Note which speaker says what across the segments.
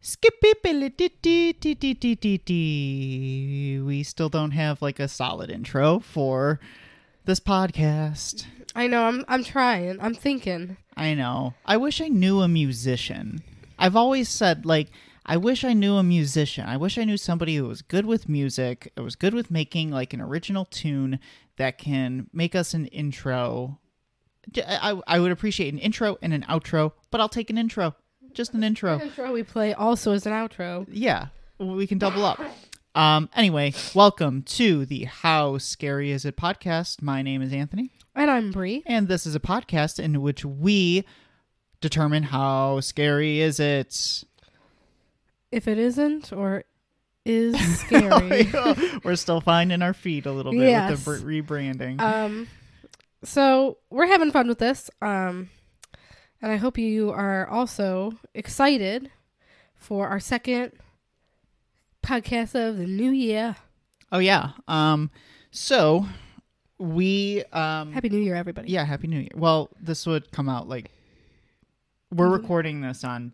Speaker 1: Skippy We still don't have like a solid intro for this podcast.
Speaker 2: I know. I'm I'm trying. I'm thinking.
Speaker 1: I know. I wish I knew a musician. I've always said like I wish I knew a musician. I wish I knew somebody who was good with music, who was good with making like an original tune that can make us an intro. J- I, I- I would appreciate an intro and an outro, but I'll take an intro. Just an intro.
Speaker 2: Intro we play also is an outro.
Speaker 1: Yeah, we can double up. Um, anyway, welcome to the How Scary Is It podcast. My name is Anthony,
Speaker 2: And I'm Bree.
Speaker 1: and this is a podcast in which we determine how scary is it.
Speaker 2: If it isn't or is scary.
Speaker 1: Oh, We're still finding our feet a little bit
Speaker 2: Yes.
Speaker 1: with the br- rebranding.
Speaker 2: um, so we're having fun with this. Um, and I hope you are also excited for our second podcast of the new year.
Speaker 1: oh yeah. Um, so we um,
Speaker 2: Happy New Year, everybody.
Speaker 1: yeah, happy New Year. Well, this would come out like we're
Speaker 2: Mm-hmm.
Speaker 1: recording this on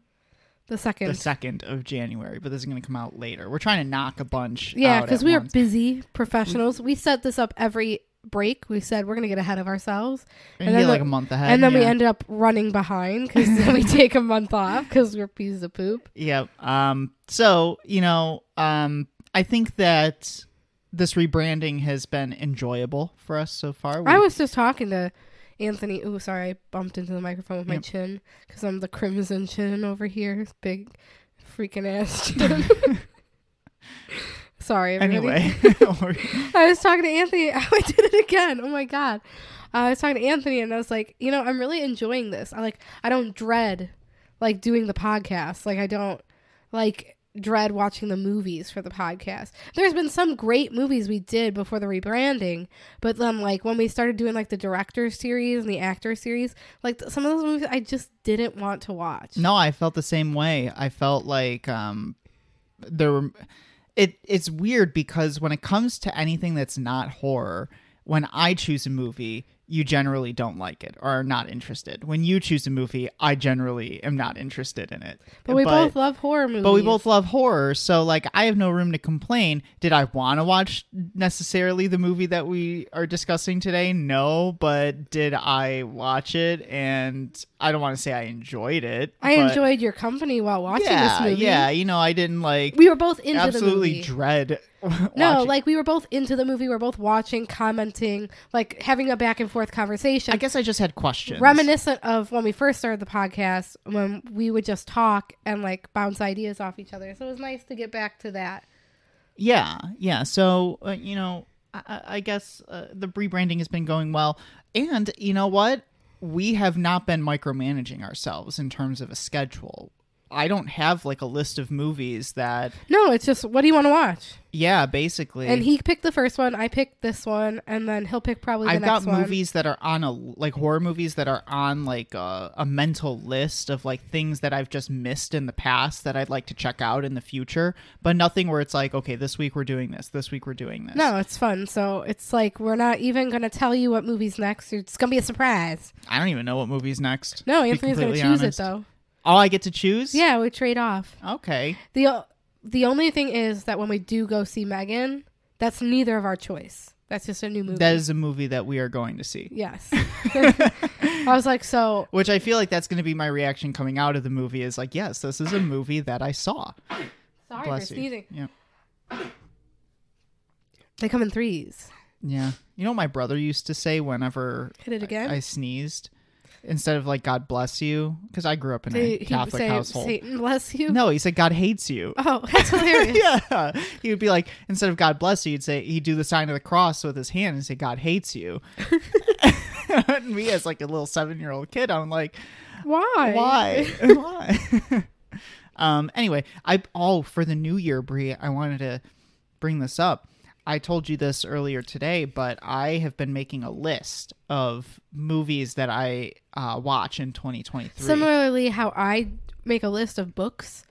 Speaker 2: The second.
Speaker 1: the second of January, but this is going to come out later. We're trying to knock a bunch.
Speaker 2: yeah,
Speaker 1: out
Speaker 2: because
Speaker 1: at
Speaker 2: we are
Speaker 1: once.
Speaker 2: busy professionals. We set this up every break. We said we're going to get ahead of ourselves.
Speaker 1: and
Speaker 2: and
Speaker 1: get
Speaker 2: then
Speaker 1: like
Speaker 2: the-
Speaker 1: a month ahead,
Speaker 2: and then we
Speaker 1: Uh, yeah.
Speaker 2: ended up running behind because we take a month off because we're pieces of poop.
Speaker 1: Yeah. Um. So you know, um, I think that this rebranding has been enjoyable for us so far. We,
Speaker 2: I was just talking to Anthony. Ooh, sorry, I bumped into the microphone with my
Speaker 1: Yep.
Speaker 2: chin because I'm the crimson chin over here, It's big freaking ass chin. sorry. everybody.
Speaker 1: anyway.
Speaker 2: I was talking to Anthony. I did it again. Oh my god. I was talking to Anthony and I was like, you know, I'm really enjoying this. I like I don't dread like doing the podcast. Like I don't like dread watching the movies for the podcast. There's been some great movies we did before the rebranding, but then like when we started doing like the director series and the actor series, like th- some of those movies I just didn't want to watch.
Speaker 1: no, I felt the same way. I felt like um, there were. It it's weird because when it comes to anything that's not horror, when I choose a movie. You generally don't like it or are not interested. When you choose a movie, I generally am not interested in it.
Speaker 2: But we both love horror movies.
Speaker 1: But we both love horror, so like I have no room to complain. Did I want to watch necessarily the movie that we are discussing today? No, but did I watch it? And I don't want to say I enjoyed it.
Speaker 2: I
Speaker 1: but-
Speaker 2: enjoyed your company while watching
Speaker 1: yeah,
Speaker 2: this movie.
Speaker 1: Yeah, you know, I didn't like
Speaker 2: We were both into the
Speaker 1: absolutely
Speaker 2: movie.
Speaker 1: dread.
Speaker 2: No,
Speaker 1: watching-
Speaker 2: like we were both into the movie. We were both watching, commenting, like having a back and forth conversation.
Speaker 1: I guess I just had questions.
Speaker 2: Reminiscent of when we first started the podcast, when we would just talk and like bounce ideas off each other. So it was nice to get back to that.
Speaker 1: Yeah, yeah. So uh, you know, I- I, I guess uh, the rebranding has been going well, and you know what? We have not been micromanaging ourselves in terms of a schedule. I don't have like a list of movies that,
Speaker 2: No, it's just what do you want to watch?
Speaker 1: yeah, basically.
Speaker 2: And he picked the first one. I picked this one, and then he'll pick probably the
Speaker 1: I've
Speaker 2: next
Speaker 1: got
Speaker 2: one.
Speaker 1: movies that are on a like horror movies that are on like a, a mental list of like things that I've just missed in the past that I'd like to check out in the future, but nothing where it's like, okay, this week we're doing this, this week we're doing this.
Speaker 2: No, it's fun. So it's like we're not even going to tell you what movie's next. It's going to be a surprise.
Speaker 1: I don't even know what movie's next.
Speaker 2: No,
Speaker 1: be
Speaker 2: Anthony's going to
Speaker 1: completely
Speaker 2: choose
Speaker 1: honest.
Speaker 2: it though.
Speaker 1: Oh, I get to choose?
Speaker 2: Yeah, we trade off.
Speaker 1: Okay.
Speaker 2: The o- the only thing is that when we do go see Megan, that's neither of our choice. That's just a new movie.
Speaker 1: That is a movie that we are going to see.
Speaker 2: yes. I was like, so
Speaker 1: Which I feel like that's going to be my reaction coming out of the movie is like, yes, this is a movie that I saw.
Speaker 2: sorry
Speaker 1: Bless
Speaker 2: for
Speaker 1: you.
Speaker 2: sneezing.
Speaker 1: Yeah.
Speaker 2: They come in threes.
Speaker 1: Yeah. You know what my brother used to say whenever
Speaker 2: Hit it again.
Speaker 1: I sneezed? Instead of like, God bless you, because I grew up in
Speaker 2: They-
Speaker 1: a
Speaker 2: he
Speaker 1: Catholic
Speaker 2: say,
Speaker 1: household.
Speaker 2: Satan bless you.
Speaker 1: no, he said, God hates you.
Speaker 2: Oh, that's hilarious.
Speaker 1: yeah. He would be like, instead of God bless you, he'd say, he'd do the sign of the cross with his hand and say, God hates you. and me, as like a little seven year old kid, I'm like,
Speaker 2: Why?
Speaker 1: Why? Why? um. Anyway, I oh for the new year, Brie, I wanted to bring this up. I told you this earlier today, but I have been making a list of movies that I uh, watch in 2023.
Speaker 2: Similarly, how I make a list of books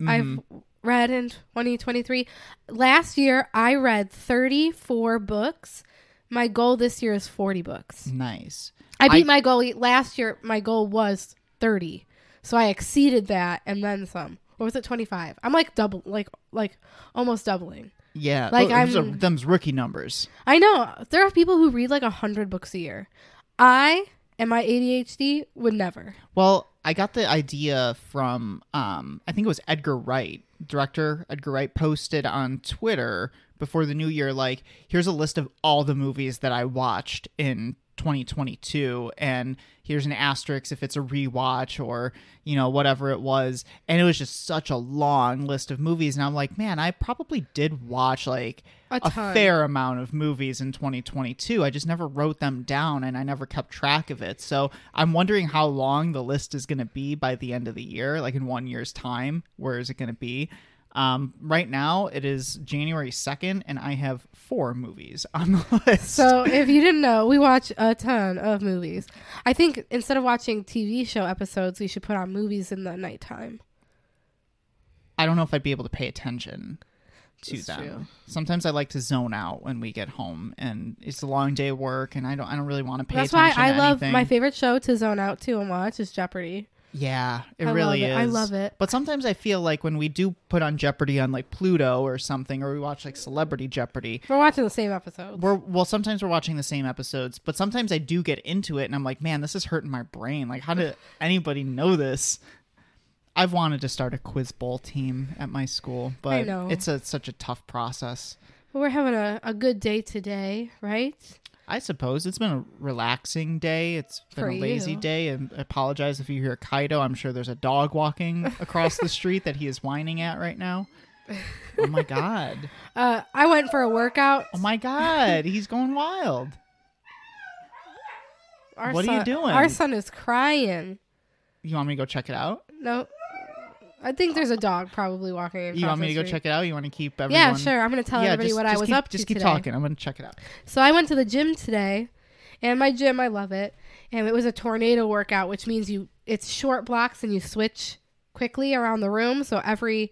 Speaker 1: Mm-hmm.
Speaker 2: I've read in 2023. Last year, I read 34 books. My goal this year is 40 books.
Speaker 1: nice.
Speaker 2: I beat
Speaker 1: I-
Speaker 2: my goal last year. My goal was 30. So I exceeded that and then some. or was it 25? I'm like double, like like almost doubling.
Speaker 1: Yeah,
Speaker 2: Like,
Speaker 1: tho- those
Speaker 2: I'm-
Speaker 1: are them's rookie numbers.
Speaker 2: I know there are people who read like hundred books a year. I and my ADHD would never.
Speaker 1: Well, I got the idea from um, I think it was Edgar Wright, director Edgar Wright posted on Twitter before the new year like here's a list of all the movies that I watched in 2022 and here's an asterisk if it's a rewatch or you know whatever it was and it was just such a long list of movies and I'm like man I probably did watch like
Speaker 2: A
Speaker 1: a
Speaker 2: ton.
Speaker 1: fair amount of movies in 2022. I just never wrote them down and I never kept track of it. So I'm wondering how long the list is going to be by the end of the year, like in one year's time. Where is it going to be? Um, right now, it is January 2nd, and I have four movies on the list.
Speaker 2: So if you didn't know, we watch a ton of movies. I think instead of watching TV show episodes, we should put on movies in the nighttime.
Speaker 1: I don't know if I'd be able to pay attention to
Speaker 2: That's
Speaker 1: them.
Speaker 2: true.
Speaker 1: Sometimes I like to zone out when we get home, and it's a long day of work, and I don't, I don't really want to pay
Speaker 2: That's why
Speaker 1: attention.
Speaker 2: I
Speaker 1: to
Speaker 2: love
Speaker 1: anything.
Speaker 2: my favorite show to zone out to and watch is Jeopardy.
Speaker 1: Yeah, it
Speaker 2: I love
Speaker 1: really
Speaker 2: it.
Speaker 1: is.
Speaker 2: I love it.
Speaker 1: But sometimes I feel like when we do put on Jeopardy on like Pluto or something, or we watch like Celebrity Jeopardy,
Speaker 2: We're watching the same episode.
Speaker 1: we're well. Sometimes we're watching the same episodes, but sometimes I do get into it, and I'm like, man, this is hurting my brain. Like, how did anybody know this? I've wanted to start a quiz bowl team at my school, but
Speaker 2: know.
Speaker 1: it's a such a tough process.
Speaker 2: We're having a, a good day today, right?
Speaker 1: I suppose it's been a relaxing day. It's been
Speaker 2: For
Speaker 1: a lazy
Speaker 2: you.
Speaker 1: day. And I apologize if you hear Kaido. I'm sure there's a dog walking across the street that he is whining at right now. Oh my god.
Speaker 2: Uh, I went for a workout.
Speaker 1: Oh my god. He's going wild.
Speaker 2: Our
Speaker 1: what are you
Speaker 2: son-
Speaker 1: doing?
Speaker 2: Our son is crying.
Speaker 1: You want me to go check it out?
Speaker 2: No, I think there's a dog probably walking. Across
Speaker 1: You want me to
Speaker 2: the
Speaker 1: go
Speaker 2: street.
Speaker 1: check it out? You want to keep everyone
Speaker 2: Yeah, sure. I'm gonna tell
Speaker 1: Yeah,
Speaker 2: everybody
Speaker 1: just,
Speaker 2: what I
Speaker 1: just
Speaker 2: was
Speaker 1: keep,
Speaker 2: up to
Speaker 1: Just keep
Speaker 2: today.
Speaker 1: talking. I'm going to check it out.
Speaker 2: So I went to the gym today, and my gym, I love it. And it was a tornado workout, which means you it's short blocks and you switch quickly around the room. So every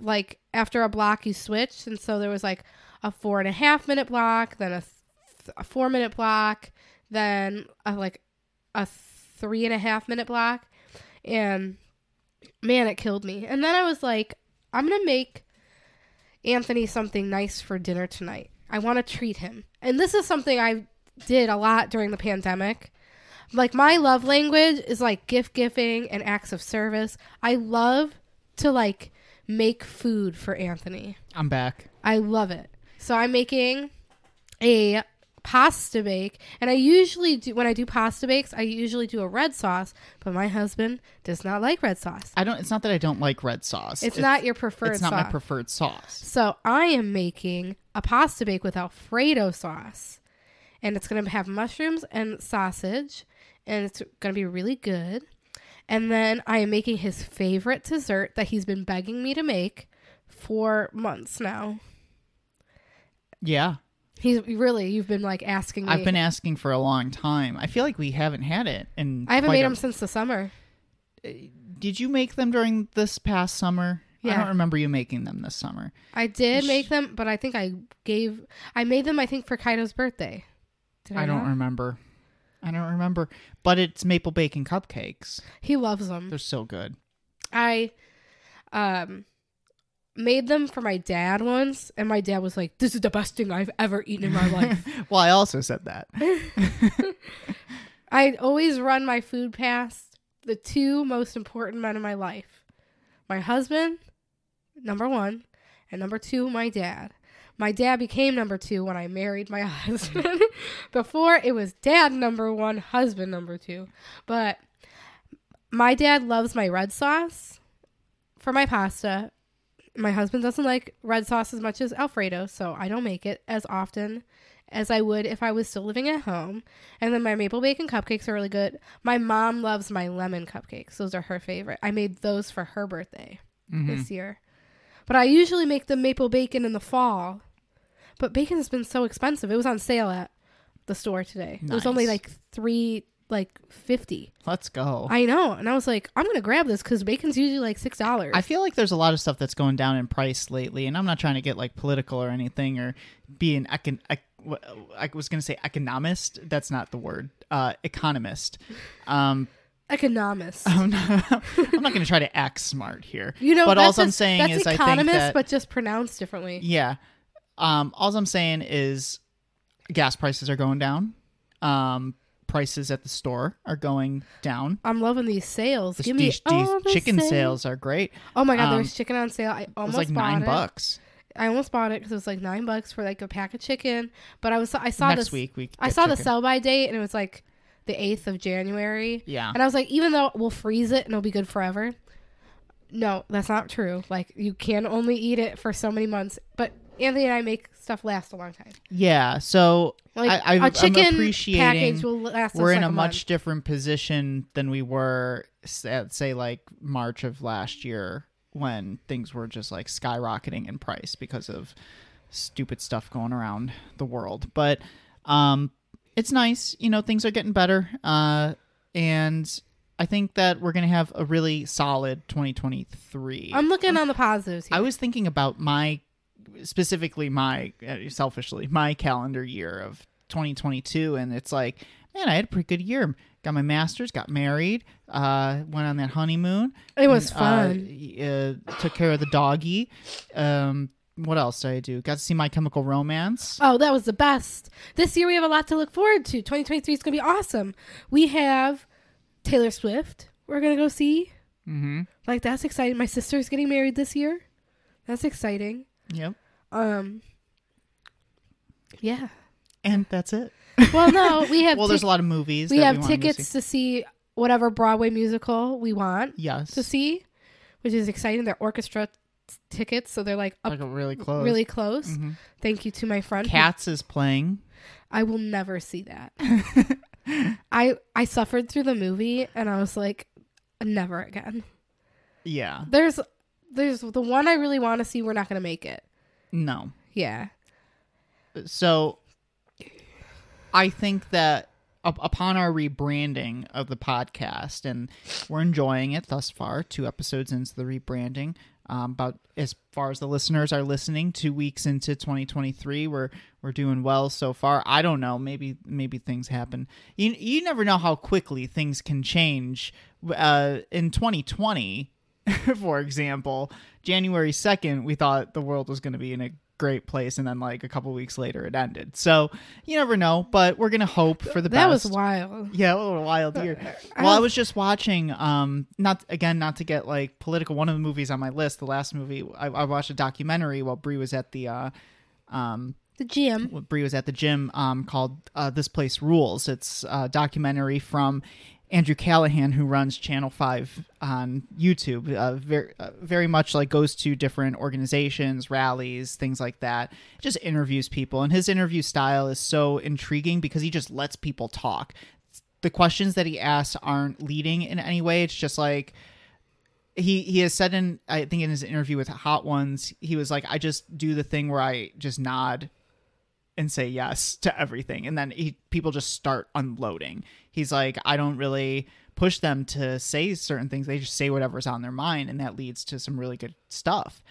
Speaker 2: like after a block you switch, and so there was like a four and a half minute block, then a, th- a four minute block, then a, like a three and a half minute block, and man, it killed me. And then I was like, I'm gonna make Anthony something nice for dinner tonight. I want to treat him. And this is something I did a lot during the pandemic. Like my love language is like gift giving and acts of service. I love to like make food for Anthony.
Speaker 1: I'm back.
Speaker 2: I love it. So I'm making a pasta bake and I usually do when I do pasta bakes, I usually do a red sauce, but my husband does not like red sauce.
Speaker 1: I don't it's not that I don't like red sauce.
Speaker 2: It's, not your preferred
Speaker 1: It's not
Speaker 2: sauce.
Speaker 1: my preferred sauce.
Speaker 2: So I am making a pasta bake with Alfredo sauce. And it's going to have mushrooms and sausage. And it's going to be really good. And then I am making his favorite dessert that he's been begging me to make for months now.
Speaker 1: Yeah.
Speaker 2: He's really, you've been like asking me.
Speaker 1: I've been asking for a long time. I feel like we haven't had it in
Speaker 2: I haven't
Speaker 1: quite
Speaker 2: made
Speaker 1: a-
Speaker 2: them since the summer.
Speaker 1: Did you make them during this past summer? I
Speaker 2: Yeah.
Speaker 1: don't remember you making them this summer.
Speaker 2: I did make them, but I think I gave, I made them, I think, for Kaido's birthday. Did I,
Speaker 1: I don't
Speaker 2: not?
Speaker 1: remember. I don't remember. But it's maple bacon cupcakes.
Speaker 2: He loves them.
Speaker 1: They're so good.
Speaker 2: I um made them for my dad once and my dad was like this is the best thing I've ever eaten in my life.
Speaker 1: well, I also said that.
Speaker 2: I always run my food past the two most important men in my life. My husband, number 1, and number 2 my dad. My dad became number 2 when I married my husband. Before it was dad number 1, husband number 2. But my dad loves my red sauce for my pasta. My husband doesn't like red sauce as much as Alfredo, so I don't make it as often as I would if I was still living at home. And then my maple bacon cupcakes are really good. My mom loves my lemon cupcakes, those are her favorite. I made those for her birthday
Speaker 1: Mhm.
Speaker 2: this year. But I usually make the maple bacon in the fall. But bacon has been so expensive. It was on sale at the store today. It was only
Speaker 1: Nice.
Speaker 2: like 3 like 50.
Speaker 1: Let's go. I,
Speaker 2: I know, and I was like, I'm gonna grab this because bacon's usually like six dollars.
Speaker 1: feel like there's a lot of stuff that's going down in price lately, and I'm not trying to get like political or anything or be an econ. ec- wha- I was going to say economist. That's not the word. Uh, economist. Um,
Speaker 2: economist.
Speaker 1: I'm not, I'm not going to try to act smart here.
Speaker 2: you know,
Speaker 1: but all
Speaker 2: that's
Speaker 1: I'm
Speaker 2: just-
Speaker 1: saying
Speaker 2: that's
Speaker 1: is I think
Speaker 2: economist,
Speaker 1: that
Speaker 2: but just pronounced differently.
Speaker 1: yeah, um, all I'm saying is gas prices are going down. Um, prices at the store are going down.
Speaker 2: I'm loving these sales.
Speaker 1: The,
Speaker 2: Give me
Speaker 1: these- these
Speaker 2: all the
Speaker 1: chicken
Speaker 2: sales.
Speaker 1: sales are great.
Speaker 2: Oh my god,
Speaker 1: Um,
Speaker 2: there was chicken on sale. I
Speaker 1: It was
Speaker 2: almost
Speaker 1: like
Speaker 2: bought
Speaker 1: nine
Speaker 2: it.
Speaker 1: bucks.
Speaker 2: I almost bought it because it was like nine bucks for like a pack of chicken. But I was I saw
Speaker 1: Next
Speaker 2: this
Speaker 1: week we.
Speaker 2: I
Speaker 1: get
Speaker 2: saw the
Speaker 1: chicken.
Speaker 2: sell by date and it was like the eighth of January.
Speaker 1: Yeah.
Speaker 2: And I was like, even though we'll freeze it and it'll be good forever. No, that's not true. Like you can only eat it for so many months. But Anthony and I make stuff last a long time.
Speaker 1: Yeah. So
Speaker 2: Like
Speaker 1: I, I've,
Speaker 2: a chicken
Speaker 1: I'm appreciating
Speaker 2: package will last.
Speaker 1: we're
Speaker 2: us
Speaker 1: in
Speaker 2: like
Speaker 1: a
Speaker 2: month.
Speaker 1: much different position than we were s- at say like March of last year when things were just like skyrocketing in price because of stupid stuff going around the world. But um it's nice, you know, things are getting better. Uh and I think that we're going to have a really solid 2023.
Speaker 2: I'm looking on the positives here.
Speaker 1: I was thinking about my specifically my uh, selfishly my calendar year of 2022 and it's like man I had a pretty good year got my masters got married uh went on that honeymoon
Speaker 2: it was
Speaker 1: uh,
Speaker 2: fun.
Speaker 1: uh, took care of the doggy um what else did I do got to see my chemical romance
Speaker 2: Oh, that was the best. This year we have a lot to look forward to. 2023 is going to be awesome. We have Taylor Swift. We're going to go see.
Speaker 1: mm-hmm
Speaker 2: Like that's exciting. My sister's getting married this year. That's exciting.
Speaker 1: yep
Speaker 2: Um Yeah.
Speaker 1: and that's it
Speaker 2: Well, no, we have
Speaker 1: well there's
Speaker 2: tic-
Speaker 1: a lot of movies
Speaker 2: we
Speaker 1: that
Speaker 2: have
Speaker 1: wanna go
Speaker 2: tickets
Speaker 1: see.
Speaker 2: to see whatever Broadway musical we want
Speaker 1: yes
Speaker 2: to see, which is exciting. They're orchestra t- tickets, so they're like up
Speaker 1: like really close
Speaker 2: really close.
Speaker 1: Mhm.
Speaker 2: Thank you to my friend. who-
Speaker 1: Cats is playing
Speaker 2: I will never see that. I I suffered through the movie and I was like never again.
Speaker 1: yeah
Speaker 2: There's there's the one I really want to see we're not going to make it.
Speaker 1: no
Speaker 2: Yeah.
Speaker 1: so I think that up, upon our rebranding of the podcast, and we're enjoying it thus far, two episodes into the rebranding. Um, about as far as the listeners are listening, two weeks into 2023, we're we're doing well so far. I don't know, maybe maybe things happen. You you never know how quickly things can change. Uh, in 2020, for example, January 2nd, we thought the world was going to be in a great place. And then, like, a couple weeks later, it ended. So you never know, but we're going to hope for the
Speaker 2: that
Speaker 1: best.
Speaker 2: was wild.
Speaker 1: Yeah, a little wild year.
Speaker 2: I
Speaker 1: Well, I
Speaker 2: was-
Speaker 1: was just watching. Um, not again, not to get like political. One of the movies on my list, the last movie, I, I watched a documentary while Brie was at the, uh, um,
Speaker 2: The gym.
Speaker 1: when Brie was at the gym, um, called uh, "This Place Rules." It's a documentary from Andrew Callahan, who runs Channel Five on YouTube. Uh, very, uh, very much like goes to different organizations, rallies, things like that. Just interviews people, and his interview style is so intriguing because he just lets people talk. The questions that he asks aren't leading in any way. It's just like he he has said in I think in his interview with Hot Ones, he was like, I just do the thing where I just nod and say yes to everything and then he, people just start unloading he's like i don't really push them to say certain things they just say whatever's on their mind and that leads to some really good stuff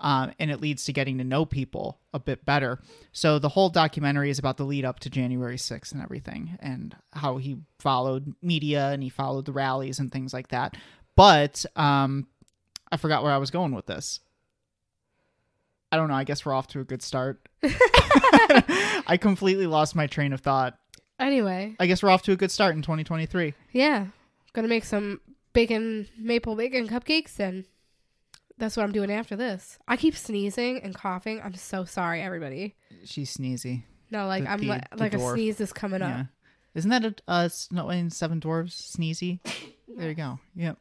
Speaker 1: um, and it leads to getting to know people a bit better so the whole documentary is about the lead up to january 6th and everything and how he followed media and he followed the rallies and things like that but um, i forgot where i was going with this i don't know i guess we're off to a good start I completely lost my train of thought.
Speaker 2: Anyway,
Speaker 1: I guess we're off to a good start in 2023.
Speaker 2: yeah. Gonna make some bacon, maple bacon cupcakes, and that's what I'm doing after this. I keep sneezing and coughing. I'm so sorry, everybody.
Speaker 1: She's sneezy.
Speaker 2: No, like
Speaker 1: The-
Speaker 2: I'm
Speaker 1: the-
Speaker 2: li-
Speaker 1: the
Speaker 2: like a
Speaker 1: dwarf.
Speaker 2: sneeze is coming up.
Speaker 1: Yeah. Isn't that a uh, Snow in Seven Dwarves sneezy? There you go. Yep.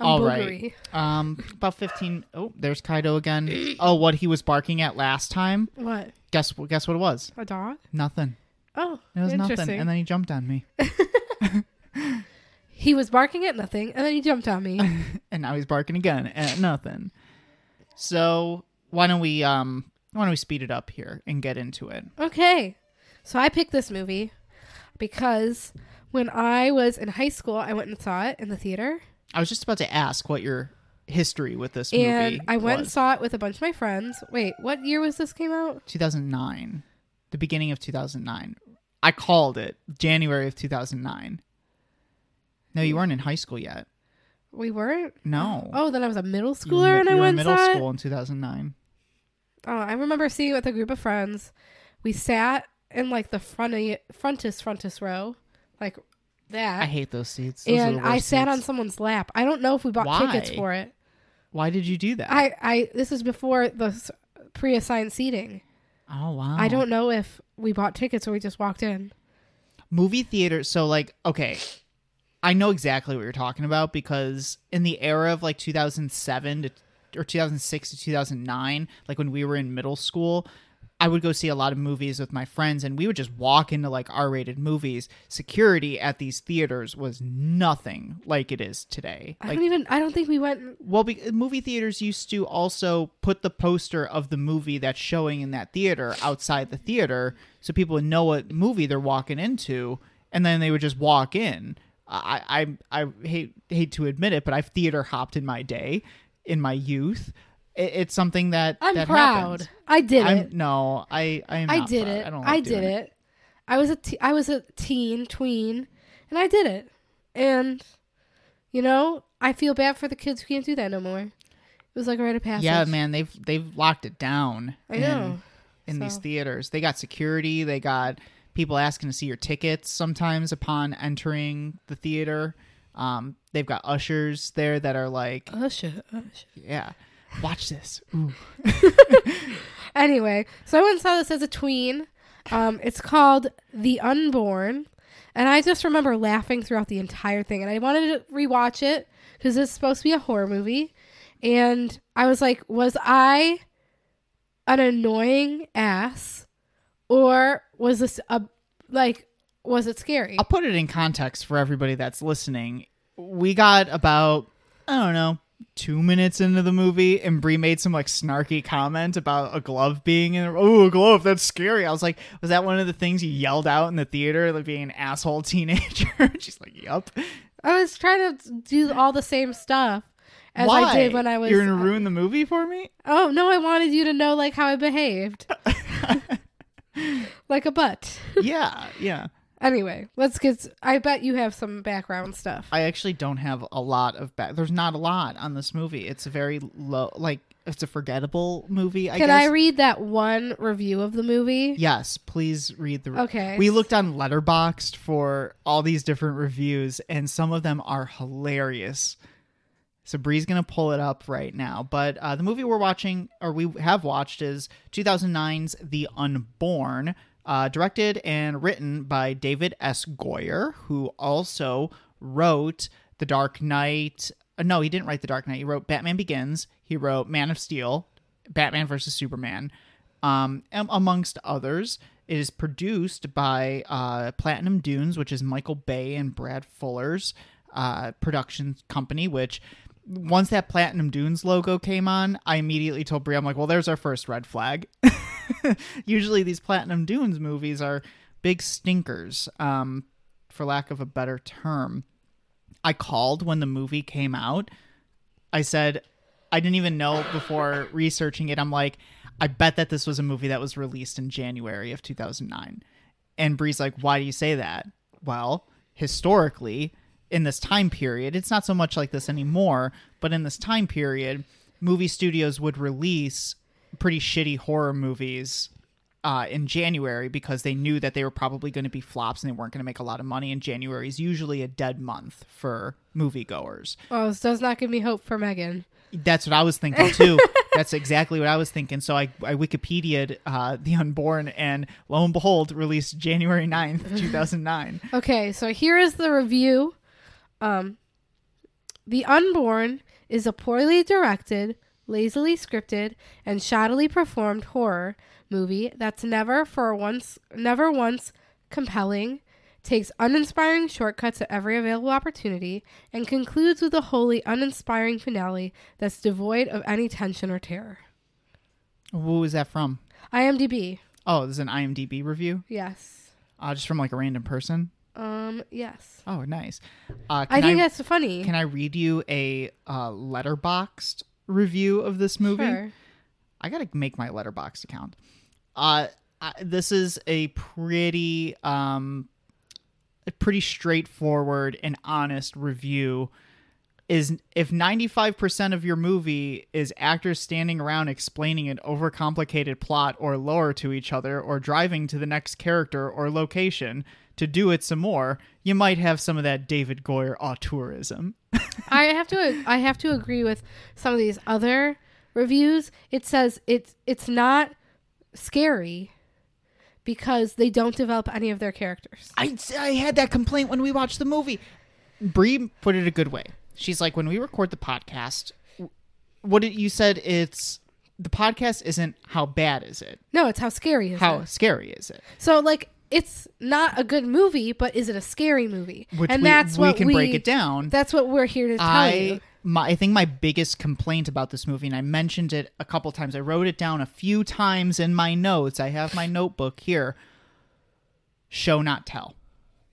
Speaker 2: I'm
Speaker 1: All
Speaker 2: boogery.
Speaker 1: right. Um, about 15. Oh, there's Kaido again. Oh, what he was barking at last time.
Speaker 2: What?
Speaker 1: Guess what? Guess what it was?
Speaker 2: A dog?
Speaker 1: Nothing.
Speaker 2: Oh,
Speaker 1: It was
Speaker 2: interesting.
Speaker 1: nothing. And then he jumped on me.
Speaker 2: he was barking at nothing, and then he jumped on me.
Speaker 1: and now he's barking again at nothing. So why don't we um why don't we speed it up here and get into it?
Speaker 2: Okay. So I picked this movie because when I was in high school, I went and saw it in the theater.
Speaker 1: I was just about to ask what your history with this
Speaker 2: And
Speaker 1: movie
Speaker 2: I went and
Speaker 1: was.
Speaker 2: saw it with a bunch of my friends. Wait, what year was this came out?
Speaker 1: 2009, the beginning of 2009. I called it January of 2009. No, you weren't in high school yet.
Speaker 2: We weren't.
Speaker 1: No.
Speaker 2: Oh, then I was a middle
Speaker 1: You were
Speaker 2: schooler
Speaker 1: mi-
Speaker 2: and I
Speaker 1: you were in
Speaker 2: went
Speaker 1: middle
Speaker 2: saw it.
Speaker 1: school in 2009.
Speaker 2: Oh, I remember seeing it with a group of friends. We sat in like the fronty, frontest frontest row, like that.
Speaker 1: I hate those seats. Those are the
Speaker 2: and I
Speaker 1: worst
Speaker 2: sat on
Speaker 1: seats.
Speaker 2: someone's lap. I don't know if we bought tickets
Speaker 1: Why?
Speaker 2: for it.
Speaker 1: Why did you do that?
Speaker 2: I, I this is before the s- pre-assigned seating.
Speaker 1: oh wow.
Speaker 2: I don't know if we bought tickets or we just walked in.
Speaker 1: movie theater so like okay i know exactly what you're talking about because in the era of like 2007 to or 2006 to 2009 like when we were in middle school i would go see a lot of movies with my friends and we would just walk into like r-rated movies security at these theaters was nothing like it is today
Speaker 2: I
Speaker 1: like
Speaker 2: don't even. I don't think we went.
Speaker 1: well, be- movie theaters used to also put the poster of the movie that's showing in that theater outside the theater, so people would know what movie they're walking into, and then they would just walk in. I I, I hate hate to admit it, but I've theater hopped in my day, in my youth. It, it's something that
Speaker 2: I'm
Speaker 1: that
Speaker 2: proud.
Speaker 1: happens.
Speaker 2: I did
Speaker 1: I'm
Speaker 2: it.
Speaker 1: no, I I am
Speaker 2: I
Speaker 1: not
Speaker 2: did
Speaker 1: proud.
Speaker 2: it.
Speaker 1: I
Speaker 2: I,
Speaker 1: don't. Like
Speaker 2: did
Speaker 1: doing
Speaker 2: it. I was a te- I was a teen tween, and I did it. And you know, I feel bad for the kids who can't do that no more. It was like a rite of passage.
Speaker 1: Yeah, man, they've they've locked it down.
Speaker 2: I
Speaker 1: in-
Speaker 2: know.
Speaker 1: in these
Speaker 2: So-
Speaker 1: theaters. They got security. They got people asking to see your tickets sometimes upon entering the theater. Um, they've got ushers there that are like,
Speaker 2: Oh shit. Oh, shit.
Speaker 1: yeah, watch this. Ooh.
Speaker 2: Anyway, so I went and saw this as a tween. Um, it's called The Unborn, and I just remember laughing throughout the entire thing. And I wanted to rewatch it because it's supposed to be a horror movie, and I was like, was I an annoying ass, or was this a like was it scary?
Speaker 1: I'll put it in context for everybody that's listening. We got about, I don't know, two minutes into the movie, and Brie made some like snarky comment about a glove being in. Oh, a glove, that's scary. I was like, was that one of the things you yelled out in the theater, like being an asshole teenager? She's like, yup.
Speaker 2: I was trying to do all the same stuff as I did when I was. uh,
Speaker 1: You're gonna ruin the movie for me?
Speaker 2: Oh no, I wanted you to know like how I behaved, like a butt.
Speaker 1: yeah, yeah.
Speaker 2: Anyway, let's get. I bet you have some background stuff.
Speaker 1: I actually don't have a lot of back. There's not a lot on this movie. It's a very low, like it's a forgettable movie. I
Speaker 2: Can
Speaker 1: guess.
Speaker 2: I read that one review of the movie?
Speaker 1: yes, please read the.
Speaker 2: Okay.
Speaker 1: We looked on Letterboxd for all these different reviews, and some of them are hilarious. So Bree's gonna pull it up right now. But uh, the movie we're watching, or we have watched, is 2009's *The Unborn*, uh, directed and written by David S. Goyer, who also wrote *The Dark Knight*. uh, No, he didn't write *The Dark Knight*. He wrote *Batman Begins*. He wrote *Man of Steel*, *Batman vs Superman*, um, am- amongst others. It is produced by uh, Platinum Dunes, which is Michael Bay and Brad Fuller's uh, production company, which once that Platinum Dunes logo came on, I immediately told Brie, I'm like, well, there's our first red flag. Usually these Platinum Dunes movies are big stinkers, um, for lack of a better term. I called when the movie came out. I said, I didn't even know before researching it. I'm like, I bet that this was a movie that was released in January of 2009. And Bree's like, why do you say that? Well, historically, in this time period, it's not so much like this anymore, but in this time period, movie studios would release pretty shitty horror movies uh, in January because they knew that they were probably going to be flops and they weren't going to make a lot of money. And January is usually a dead month for moviegoers.
Speaker 2: Oh, this does not give me hope for Megan.
Speaker 1: That's what I was thinking too. That's exactly what I was thinking. So I, I Wikipedia'd uh, The Unborn and lo and behold, released January 9th, 2009.
Speaker 2: Okay, so here is the review. Um, the Unborn is a poorly directed, lazily scripted, and shoddily performed horror movie that's never for once never once compelling, takes uninspiring shortcuts at every available opportunity, and concludes with a wholly uninspiring finale that's devoid of any tension or terror.
Speaker 1: Who is that from?
Speaker 2: IMDb.
Speaker 1: Oh, this is an IMDb review?
Speaker 2: Yes.
Speaker 1: Uh, just from like a random person?
Speaker 2: Um, yes.
Speaker 1: Oh, nice. Uh,
Speaker 2: I
Speaker 1: can I,
Speaker 2: think that's funny.
Speaker 1: can I read you a uh, letterboxed review of this movie?
Speaker 2: Sure.
Speaker 1: I gotta make my letterbox account. Uh, I, this is a pretty um, pretty straightforward and honest review is if 95% of your movie is actors standing around explaining an overcomplicated plot or lore to each other or driving to the next character or location to do it some more, you might have some of that David Goyer auteurism.
Speaker 2: I have to I have to agree with some of these other reviews. It says it's it's not scary because they don't develop any of their characters.
Speaker 1: I, I had that complaint when we watched the movie. Bree put it a good way. She's like, when we record the podcast, w- what did you said? It's the podcast isn't how bad is it,
Speaker 2: No, it's how scary is
Speaker 1: how
Speaker 2: it?
Speaker 1: scary is it.
Speaker 2: So like it's not a good movie, but is it a scary movie?
Speaker 1: Which
Speaker 2: and
Speaker 1: we,
Speaker 2: that's
Speaker 1: we
Speaker 2: what
Speaker 1: can
Speaker 2: we
Speaker 1: break it down.
Speaker 2: That's what we're here to tell
Speaker 1: I
Speaker 2: you.
Speaker 1: my, I think my biggest complaint about this movie, and I mentioned it a couple times. I wrote it down a few times in my notes. I have my notebook here. Show not tell.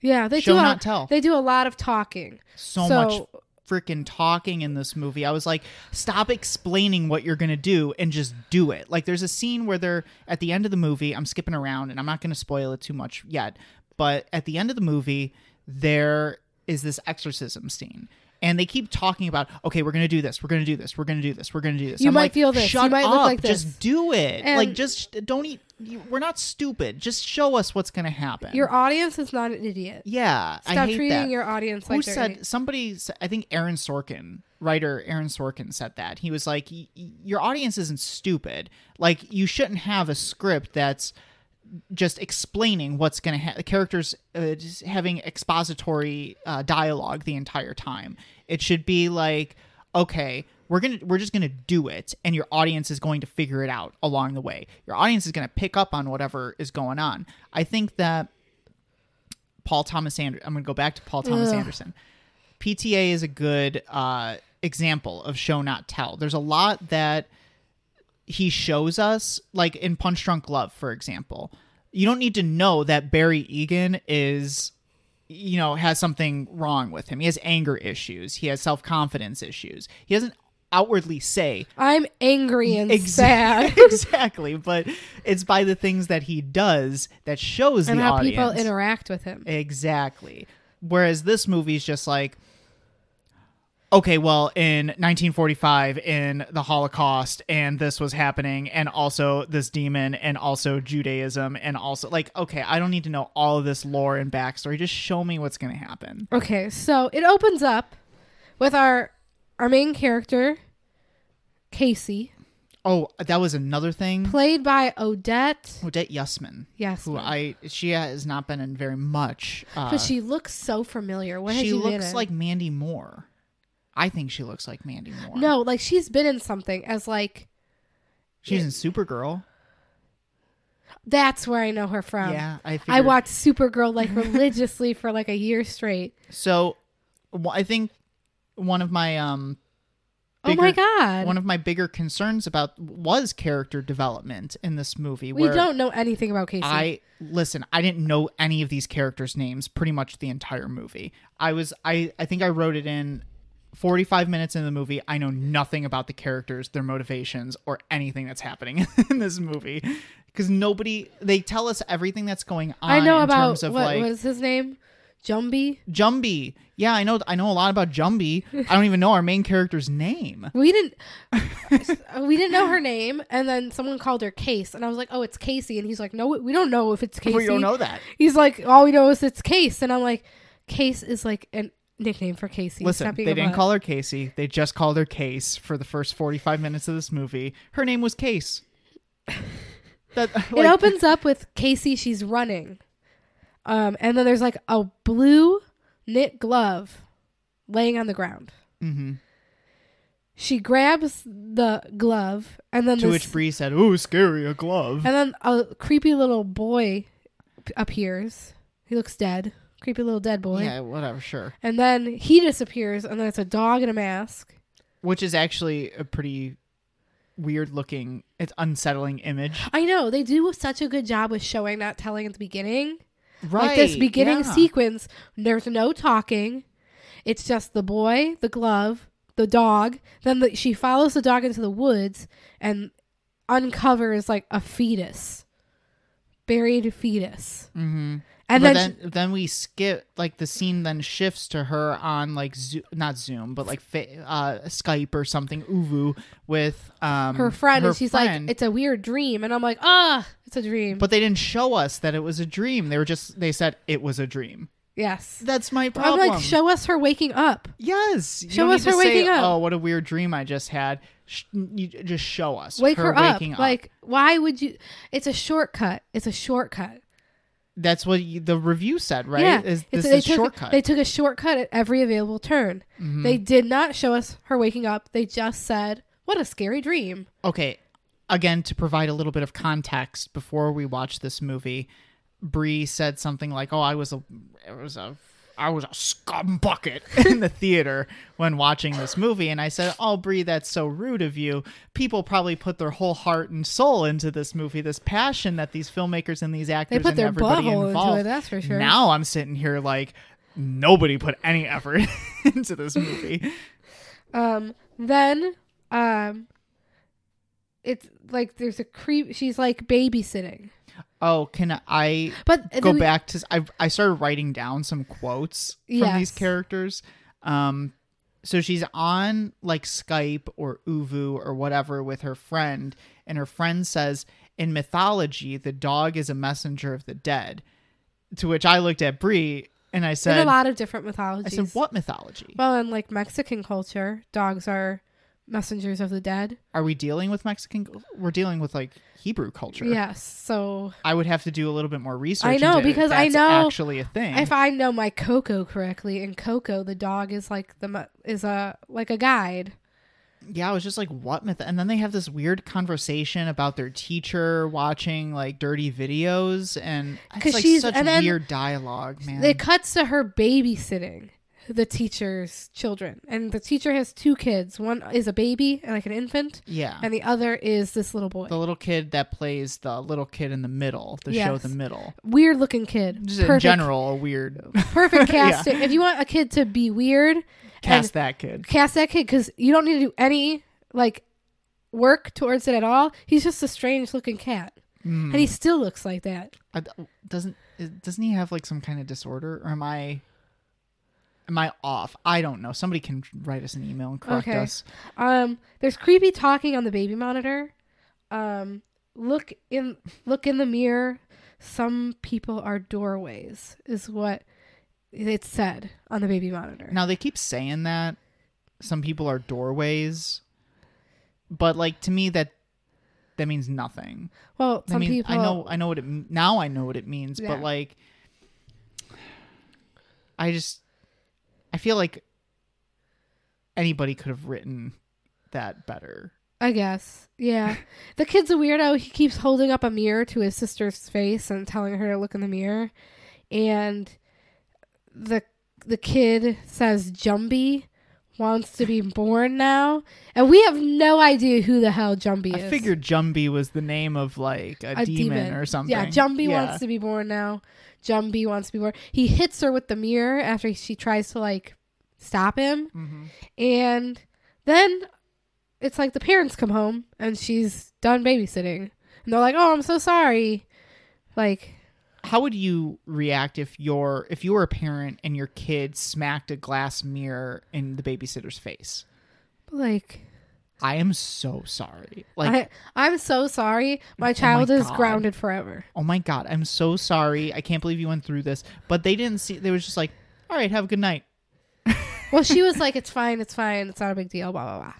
Speaker 2: Yeah, they
Speaker 1: show,
Speaker 2: do a,
Speaker 1: not tell.
Speaker 2: They do a lot of talking.
Speaker 1: so, much freaking talking in this movie. I was like, stop explaining what you're going to do and just do it. Like, there's a scene where they're at the end of the movie. I'm skipping around and I'm not going to spoil it too much yet. But at the end of the movie, there is this exorcism scene. And they keep talking about, okay, we're gonna do this, we're gonna do this, we're gonna do this, we're gonna do this.
Speaker 2: You
Speaker 1: I'm
Speaker 2: might
Speaker 1: like,
Speaker 2: feel this, you
Speaker 1: Shut
Speaker 2: might
Speaker 1: up,
Speaker 2: look like this."
Speaker 1: just do it. like,
Speaker 2: And-
Speaker 1: just don't eat. you- We're not stupid. Just show us what's gonna happen.
Speaker 2: Your audience is not an idiot.
Speaker 1: yeah. I
Speaker 2: Stop
Speaker 1: hate
Speaker 2: treating
Speaker 1: that
Speaker 2: your audience
Speaker 1: who
Speaker 2: like they're
Speaker 1: said
Speaker 2: idiots.
Speaker 1: somebody s- i think aaron sorkin writer aaron sorkin said that he was like y- y- your audience isn't stupid like you shouldn't have a script that's just explaining what's going to happen characters uh, just having expository uh, dialogue the entire time it should be like okay we're gonna we're just gonna do it and your audience is going to figure it out along the way your audience is gonna pick up on whatever is going on i think that Paul Thomas Anderson. I'm going to go back to Paul Thomas Anderson. PTA is a good uh, example of show not tell. There's a lot that he shows us, like in Punch Drunk Love, for example. You don't need to know that Barry Egan is, you know, has something wrong with him. He has anger issues. He has self confidence issues. He doesn't outwardly say
Speaker 2: I'm angry and
Speaker 1: exactly,
Speaker 2: sad.
Speaker 1: exactly, but it's by the things that he does that shows
Speaker 2: and
Speaker 1: the
Speaker 2: how
Speaker 1: audience
Speaker 2: people interact with him.
Speaker 1: Exactly. Whereas this movie's just like, okay, well, in 1945, in the Holocaust, and this was happening, and also this demon, and also Judaism, and also, like, okay, I don't need to know all of this lore and backstory. Just show me what's going to happen.
Speaker 2: Okay, so it opens up with our our main character, Casey,
Speaker 1: Oh, that was another thing.
Speaker 2: played by Odette.
Speaker 1: Odette Yusman,
Speaker 2: Yes,
Speaker 1: who
Speaker 2: because
Speaker 1: I, she has not been in very much. Uh,
Speaker 2: she looks so familiar. What has
Speaker 1: she
Speaker 2: she been
Speaker 1: looks
Speaker 2: in?
Speaker 1: like Mandy Moore. I think she looks like Mandy Moore.
Speaker 2: no, like she's been in something as like
Speaker 1: She's in Supergirl.
Speaker 2: that's where I know her from.
Speaker 1: yeah, I
Speaker 2: Um, I
Speaker 1: figured-
Speaker 2: watched Supergirl like religiously for like a year straight.
Speaker 1: So, wh- I think one of my um
Speaker 2: oh my
Speaker 1: Bigger-
Speaker 2: god,
Speaker 1: one of my bigger concerns about was character development in this movie.
Speaker 2: we
Speaker 1: where
Speaker 2: don't know anything about Casey.
Speaker 1: I listen. I didn't know any of these characters' names pretty much the entire movie. I was I I think I wrote it in. 45 minutes into the movie, I know nothing about the characters, their motivations, or anything that's happening in this movie. Because nobody, they tell us everything that's going on
Speaker 2: I know
Speaker 1: uh, in
Speaker 2: about
Speaker 1: terms of
Speaker 2: what
Speaker 1: like.
Speaker 2: was his name, Jumbie.
Speaker 1: Jumby. Yeah, I know. I know a lot about Jumby. I don't even know our main character's name.
Speaker 2: We didn't we didn't know her name, and then someone called her Case, and I was like, "Oh, it's Casey," and he's like, "No, we don't know if it's Casey.
Speaker 1: We don't know that.
Speaker 2: He's like, "All we know is it's Case," and I'm like, "Case is like a nickname for Casey."
Speaker 1: Listen,
Speaker 2: Stop
Speaker 1: they
Speaker 2: being a
Speaker 1: didn't
Speaker 2: butt.
Speaker 1: call her Casey. They just called her Case for the first forty-five minutes of this movie. Her name was Case. That like,
Speaker 2: it opens up with Casey. She's running, um, and then there's like a blue knit glove laying on the ground.
Speaker 1: mhm.
Speaker 2: She grabs the glove, and then
Speaker 1: To
Speaker 2: this-
Speaker 1: which Bree said, "Ooh, scary, a glove."
Speaker 2: And then a creepy little boy p- appears. He looks dead. Creepy little dead boy.
Speaker 1: Yeah, whatever. Sure.
Speaker 2: And then he disappears, and then it's a dog in a mask.
Speaker 1: Which is actually a pretty weird-looking, it's unsettling image.
Speaker 2: I know they do such a good job with showing not telling at the beginning.
Speaker 1: Right.
Speaker 2: Like this beginning
Speaker 1: yeah.
Speaker 2: sequence, there's no talking. It's just the boy, the glove, the dog. Then the, she follows the dog into the woods and uncovers like a fetus, buried fetus.
Speaker 1: Mhm.
Speaker 2: and
Speaker 1: but
Speaker 2: then,
Speaker 1: then, then we skip like the scene then shifts to her on like Zo- not Zoom but like fa- uh, Skype or something Uvu with um
Speaker 2: her friend
Speaker 1: her
Speaker 2: and she's
Speaker 1: friend.
Speaker 2: like it's a weird dream and i'm like ah it's a dream
Speaker 1: but they didn't show us that it was a dream. They were just they said it was a dream.
Speaker 2: yes
Speaker 1: That's my
Speaker 2: i'm
Speaker 1: problem.
Speaker 2: like show us her waking up
Speaker 1: yes, you
Speaker 2: show
Speaker 1: don't
Speaker 2: us
Speaker 1: need to
Speaker 2: her
Speaker 1: say,
Speaker 2: waking up.
Speaker 1: Oh, what a weird dream I just had. Sh- you just show us
Speaker 2: wake her, up.
Speaker 1: waking up.
Speaker 2: like why would you it's a shortcut it's a shortcut
Speaker 1: that's what you, the review said, right?
Speaker 2: yeah
Speaker 1: Is
Speaker 2: It's-
Speaker 1: this
Speaker 2: they
Speaker 1: is
Speaker 2: took,
Speaker 1: shortcut? Mm-hmm.
Speaker 2: they took a shortcut at every available turn they did not show us her waking up they just said what a scary dream
Speaker 1: okay again to provide a little bit of context before we watch this movie Bree said something like oh i was a I was a i was a scum bucket in the theater when watching this movie and i said oh Bree, that's so rude of you people probably put their whole heart and soul into this movie this passion that these filmmakers and these actors
Speaker 2: put
Speaker 1: and
Speaker 2: their
Speaker 1: everybody
Speaker 2: butthole into
Speaker 1: involved
Speaker 2: it, that's for sure.
Speaker 1: now i'm sitting here like nobody put any effort into this movie
Speaker 2: Um, then, um, it's like there's a creep. She's like babysitting,
Speaker 1: oh can i
Speaker 2: but
Speaker 1: go
Speaker 2: then we-
Speaker 1: back to I I started writing down some quotes from
Speaker 2: Yes.
Speaker 1: these characters. Um so she's on like Skype or Uvu or whatever with her friend and her friend says in mythology the dog is a messenger of the dead. To which I looked at Bree and I
Speaker 2: there's a
Speaker 1: said I
Speaker 2: lot of different mythologies.
Speaker 1: said what mythology?
Speaker 2: Well, in like Mexican culture, dogs are messengers of the dead.
Speaker 1: Are we dealing with Mexican we're dealing with like Hebrew culture.
Speaker 2: Yes, so
Speaker 1: I would have to do a little bit more research.
Speaker 2: know,
Speaker 1: into it if
Speaker 2: because I
Speaker 1: that's
Speaker 2: know-
Speaker 1: actually a thing.
Speaker 2: if I know my Coco correctly, in Coco the dog is like the mo- is a like a guide.
Speaker 1: yeah, I was just like, what myth? And then they have this weird conversation about their teacher watching like dirty videos, and
Speaker 2: 'Cause
Speaker 1: it's like
Speaker 2: she's-
Speaker 1: such
Speaker 2: and then
Speaker 1: weird dialogue, man.
Speaker 2: It cuts to her babysitting the teacher's children, and the teacher has two kids. One is a baby, like an infant,
Speaker 1: yeah,
Speaker 2: and the other is this little boy.
Speaker 1: Oh. the little kid that plays the little kid in the middle, the show
Speaker 2: Yes.
Speaker 1: the middle.
Speaker 2: weird looking kid.
Speaker 1: Just
Speaker 2: perfect,
Speaker 1: in general, a weird
Speaker 2: perfect
Speaker 1: Yeah.
Speaker 2: casting. If you want a kid to be weird,
Speaker 1: cast that kid.
Speaker 2: cast that kid because you don't need to do any like work towards it at all. He's just a strange looking cat,
Speaker 1: Mm.
Speaker 2: and he still looks like that.
Speaker 1: I th- doesn't is- doesn't he have like some kind of disorder, or am I? Am I off? I don't know. Somebody can write us an email and correct
Speaker 2: Okay.
Speaker 1: us.
Speaker 2: Um, there's creepy talking on the baby monitor. Um, look in look in the mirror. Some people are doorways, is what it said on the baby monitor.
Speaker 1: Now they keep saying that some people are doorways, but like to me that that means nothing.
Speaker 2: well,
Speaker 1: I
Speaker 2: some
Speaker 1: mean,
Speaker 2: people
Speaker 1: I know I know what it m- now I know what it means,
Speaker 2: Yeah.
Speaker 1: but like I just I feel like anybody could have written that better.
Speaker 2: I guess. Yeah. the kid's a weirdo. He keeps holding up a mirror to his sister's face and telling her to look in the mirror. And the the kid says Jumbie wants to be born now. And we have no idea who the hell Jumbie
Speaker 1: I
Speaker 2: is.
Speaker 1: figured Jumbie was the name of like a, demon, or something.
Speaker 2: Yeah, Jumbie wants to be born now. Jumbie wants to be born. He hits her with the mirror after she tries to like stop him.
Speaker 1: hmm
Speaker 2: And then it's like the parents come home and she's done babysitting. And they're like, oh, I'm so sorry. Like,
Speaker 1: how would you react if your if you were a parent and your kid smacked a glass mirror in the babysitter's face?
Speaker 2: like,
Speaker 1: I am so sorry. Like, Oh
Speaker 2: I, I'm so sorry. My child is
Speaker 1: God.
Speaker 2: grounded forever.
Speaker 1: oh my god, I'm so sorry. I can't believe you went through this. But they didn't see. They was just like, all right, have a good night.
Speaker 2: Well, she was like, it's fine, it's fine, it's not a big deal, blah, blah, blah.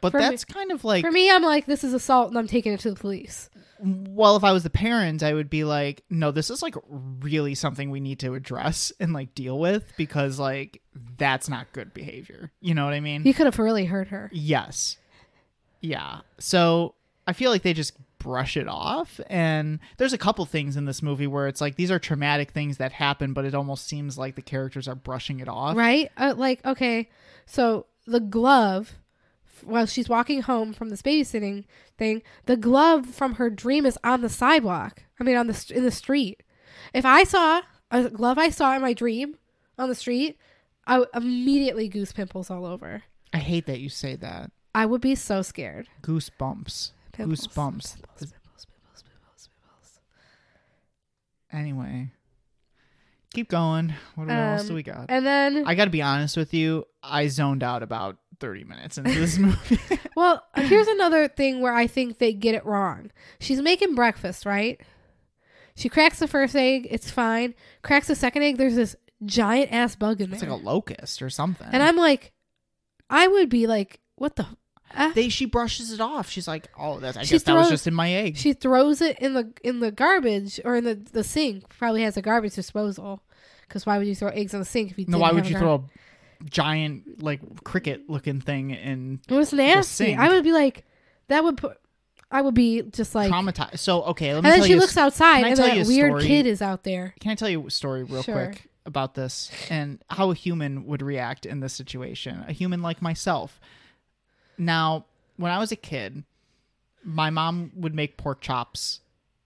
Speaker 1: But
Speaker 2: For me-
Speaker 1: that's kind of like,
Speaker 2: For me, I'm like, this is assault and I'm taking it to the police.
Speaker 1: well, if I was the parent, I would be like, no, this is like really something we need to address and like deal with because like that's not good behavior. You know what I mean?
Speaker 2: You could have really hurt her.
Speaker 1: Yes. Yeah. So I feel like they just brush it off. And there's a couple things in this movie where it's like these are traumatic things that happen, but it almost seems like the characters are brushing it off.
Speaker 2: right? Uh, like, okay, so the glove, f- while she's walking home from this babysitting thing, the glove from her dream is on the sidewalk. I mean, on the st- in the street. If I saw a glove I saw in my dream on the street, I would immediately goose pimples all over.
Speaker 1: I hate that you say that.
Speaker 2: I would be so scared.
Speaker 1: Goosebumps.
Speaker 2: Pimples,
Speaker 1: Goosebumps.
Speaker 2: Pimples, pimples, pimples, pimples, pimples.
Speaker 1: Anyway. Keep going. What else
Speaker 2: Um,
Speaker 1: do we got?
Speaker 2: And then,
Speaker 1: I got to be honest with you. I zoned out about 30 minutes into this movie.
Speaker 2: well, here's another thing where I think they get it wrong. She's making breakfast, right? She cracks the first egg. It's fine. Cracks the second egg. There's this giant ass bug in there.
Speaker 1: it's like a locust or something.
Speaker 2: and I'm like, I would be like, what the? F?
Speaker 1: they she brushes it off. She's like, "Oh, that's I
Speaker 2: She
Speaker 1: guess that was
Speaker 2: throws-
Speaker 1: just in my egg."
Speaker 2: She throws it in the in the garbage or in the the sink. Probably has a garbage disposal. Because why would you throw eggs in the sink if you?
Speaker 1: no,
Speaker 2: didn't
Speaker 1: why
Speaker 2: have
Speaker 1: would
Speaker 2: a
Speaker 1: you
Speaker 2: gar-
Speaker 1: throw a giant like cricket looking thing and
Speaker 2: It was nasty.
Speaker 1: sink?
Speaker 2: I would be like, that would put. I would be just like.
Speaker 1: traumatize? So okay, let
Speaker 2: and
Speaker 1: me
Speaker 2: then
Speaker 1: tell
Speaker 2: she
Speaker 1: you. a
Speaker 2: looks outside,
Speaker 1: can I
Speaker 2: and
Speaker 1: tell you
Speaker 2: that
Speaker 1: a
Speaker 2: weird
Speaker 1: story?
Speaker 2: kid is out there.
Speaker 1: Can I tell you a story real
Speaker 2: Sure.
Speaker 1: quick about this and how a human would react in this situation? A human like myself. Now, when I was a kid, my mom would make pork chops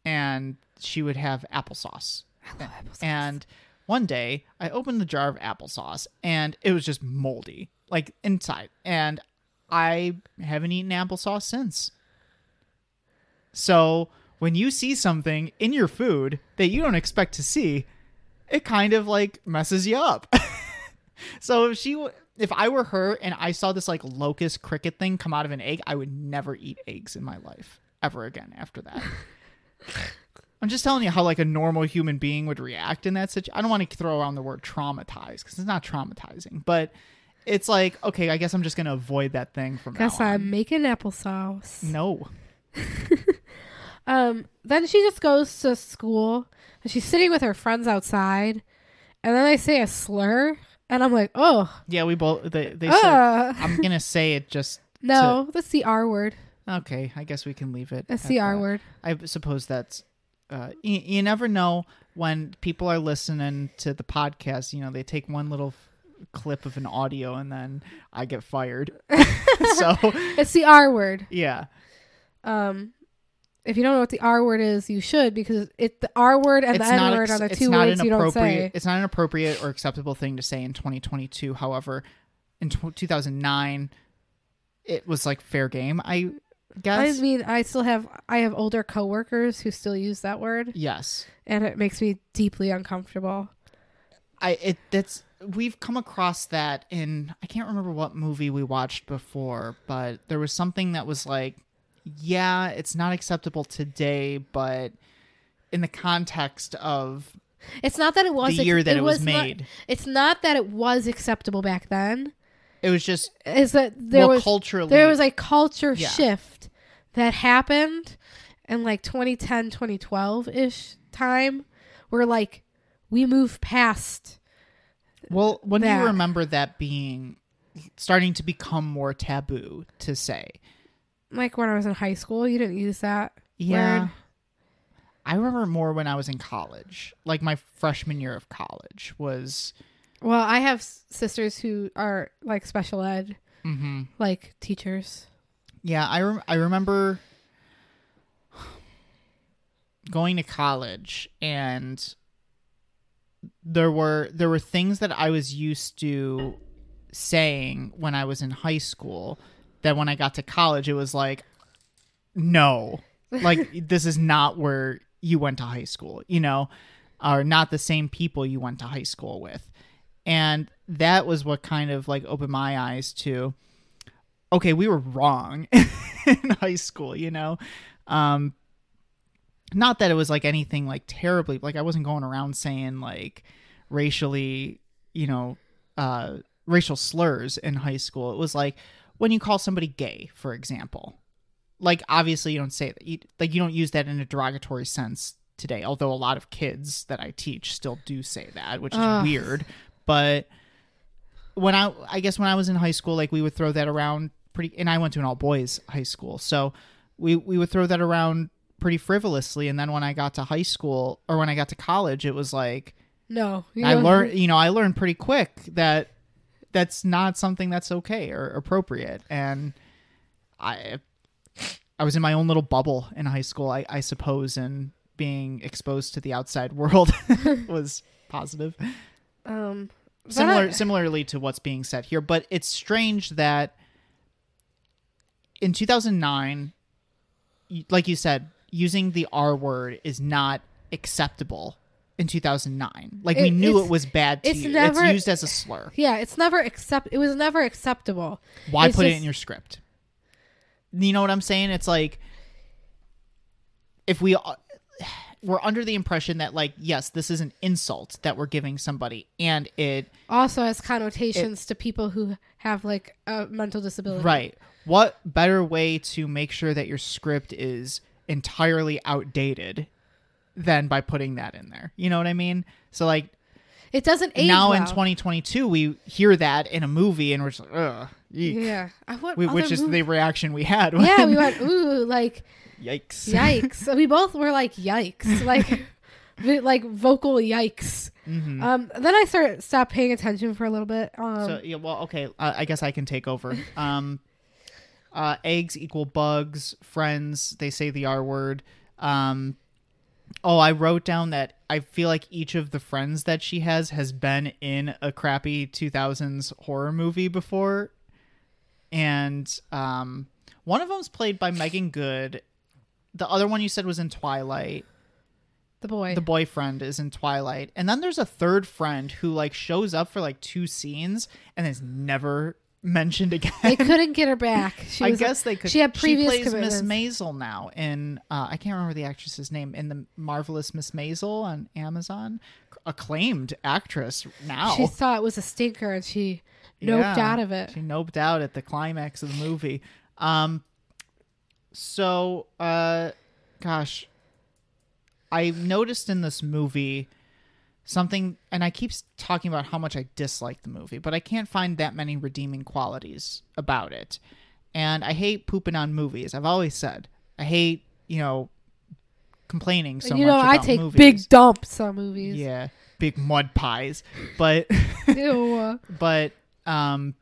Speaker 1: and she would have applesauce. And one day I opened the jar of applesauce and it was just moldy, like inside. And I haven't eaten applesauce since. So when you see something in your food that you don't expect to see, it kind of like messes you up. so if she, w- if I were her and I saw this like locust cricket thing come out of an egg, I would never eat eggs in my life ever again after that. I'm just telling you how like a normal human being would react in that situation. I don't want to throw around the word traumatized because it's not traumatizing, but it's like okay, I guess I'm just gonna avoid that thing from
Speaker 2: Guess
Speaker 1: now on.
Speaker 2: I'm making applesauce.
Speaker 1: No,
Speaker 2: Um, then she just goes to school and she's sitting with her friends outside, and then they say a slur, and I'm like, oh,
Speaker 1: yeah, we both they they said
Speaker 2: uh,
Speaker 1: I'm gonna say it just
Speaker 2: no, that's the R word.
Speaker 1: Okay, I guess we can leave it.
Speaker 2: That's
Speaker 1: at
Speaker 2: the R
Speaker 1: that.
Speaker 2: word.
Speaker 1: I suppose that's. Uh, you, you never know when people are listening to the podcast. You know, they take one little f- clip of an audio, and then I get fired. so
Speaker 2: It's the R word.
Speaker 1: yeah,
Speaker 2: Um, if you don't know what the R word is, you should because it the R word and the N word
Speaker 1: ex-
Speaker 2: are the
Speaker 1: it's
Speaker 2: two
Speaker 1: not
Speaker 2: words
Speaker 1: an
Speaker 2: you don't
Speaker 1: appropriate-
Speaker 2: say.
Speaker 1: It's not an appropriate or acceptable thing to say in 2022. However, in tw 2009, it was like fair game. I
Speaker 2: I
Speaker 1: guess.
Speaker 2: mean, I still have I have older coworkers who still use that word,
Speaker 1: yes.
Speaker 2: and it makes me deeply uncomfortable.
Speaker 1: I it that's we've come across that in I can't remember what movie we watched before, but there was something that was like, yeah, it's not acceptable today, but in the context of
Speaker 2: It's not that it was
Speaker 1: the
Speaker 2: ex-
Speaker 1: year that it, was,
Speaker 2: not-
Speaker 1: made,
Speaker 2: it's not that it was acceptable back then.
Speaker 1: it was just
Speaker 2: It's that there
Speaker 1: well
Speaker 2: was
Speaker 1: culturally
Speaker 2: there was a culture
Speaker 1: Yeah.
Speaker 2: shift that happened in like 2010 2012 ish time where like we move past
Speaker 1: well when do
Speaker 2: that.
Speaker 1: you remember that being starting to become more taboo to say
Speaker 2: like when I was in high school. You didn't use that. word.
Speaker 1: I remember more when I was in college like my freshman year of college was
Speaker 2: Well, I have s- sisters who are like special ed, Mm-hmm.
Speaker 1: mhm
Speaker 2: like teachers.
Speaker 1: Yeah, I rem- I remember going to college and there were there were things that I was used to saying when I was in high school that when I got to college it was like no. Like this is not where you went to high school, you know, or not the same people you went to high school with. And that was what kind of like opened my eyes to okay, we were wrong in high school, you know? Um, not that it was like anything like terribly, like I wasn't going around saying like racially, you know, uh, racial slurs in high school. It was like when you call somebody gay, for example. Like obviously you don't say that you, like you don't use that in a derogatory sense today, although a lot of kids that I teach still do say that, which is
Speaker 2: Ugh.
Speaker 1: weird. But when I I guess when I was in high school, like we would throw that around pretty and I went to an all boys high school. So we we would throw that around pretty frivolously and then when I got to high school or when I got to college, it was like
Speaker 2: No, you
Speaker 1: I
Speaker 2: know-
Speaker 1: learned you know, I learned pretty quick that that's not something that's okay or appropriate and I I was in my own little bubble in high school, I, I suppose, and being exposed to the outside world was positive
Speaker 2: Um, but
Speaker 1: similar
Speaker 2: I-
Speaker 1: similarly to what's being said here but it's strange that in 2009 y- like you said using the r word is not acceptable in 2009. Like
Speaker 2: It-
Speaker 1: we knew
Speaker 2: it's-
Speaker 1: it was bad to
Speaker 2: it's
Speaker 1: you.
Speaker 2: never-
Speaker 1: it's used as a slur.
Speaker 2: Yeah, it's never accept. It was never acceptable.
Speaker 1: Why
Speaker 2: It's
Speaker 1: put it
Speaker 2: just-
Speaker 1: in your script? You know what I'm saying? It's like if we we're under the impression that like yes, this is an insult that we're giving somebody and it
Speaker 2: Also has connotations to people who have like a mental disability.
Speaker 1: right. What better way to make sure that your script is entirely outdated than by putting that in there? You know what I mean? So like
Speaker 2: It doesn't age
Speaker 1: now in
Speaker 2: well.
Speaker 1: 2022 we hear that in a movie and we're just like ugh eek.
Speaker 2: Yeah, I want
Speaker 1: We-
Speaker 2: other
Speaker 1: which is
Speaker 2: mov-
Speaker 1: the reaction we had
Speaker 2: yeah.
Speaker 1: when-
Speaker 2: We went ooh like
Speaker 1: yikes
Speaker 2: yikes. we both were like yikes, like vi- like vocal yikes. Um, then I start stopped paying attention for a little bit. Um,
Speaker 1: Mm-hmm. so yeah well okay uh, i guess i can take over um uh eggs equal bugs friends they say the r word um oh i wrote down that i feel like each of the friends that she has has been in a crappy 2000s horror movie before and um one of them's played by megan good the other one you said was in twilight
Speaker 2: the boy.
Speaker 1: the boyfriend is in Twilight, and then there's a third friend who like shows up for like two scenes and is never mentioned again.
Speaker 2: they couldn't get her back. She
Speaker 1: I
Speaker 2: was,
Speaker 1: guess they could.
Speaker 2: She had previous
Speaker 1: She plays Miss
Speaker 2: commitments.
Speaker 1: Maisel now in uh, I can't remember the actress's name in the marvelous Miss Maisel on Amazon, acclaimed actress now.
Speaker 2: She saw it was a stinker and she noped
Speaker 1: Yeah.
Speaker 2: out of it.
Speaker 1: She noped out at the climax of the movie. Um, so, uh, gosh, I noticed in this movie something, and I keep s- talking about how much I dislike the movie, but I can't find that many redeeming qualities about it. And I hate pooping on movies. I've always said I hate, you know, complaining so
Speaker 2: And you
Speaker 1: much.
Speaker 2: know, I
Speaker 1: about
Speaker 2: take
Speaker 1: movies.
Speaker 2: big dumps on movies.
Speaker 1: yeah, big mud pies, but.
Speaker 2: Ew.
Speaker 1: but um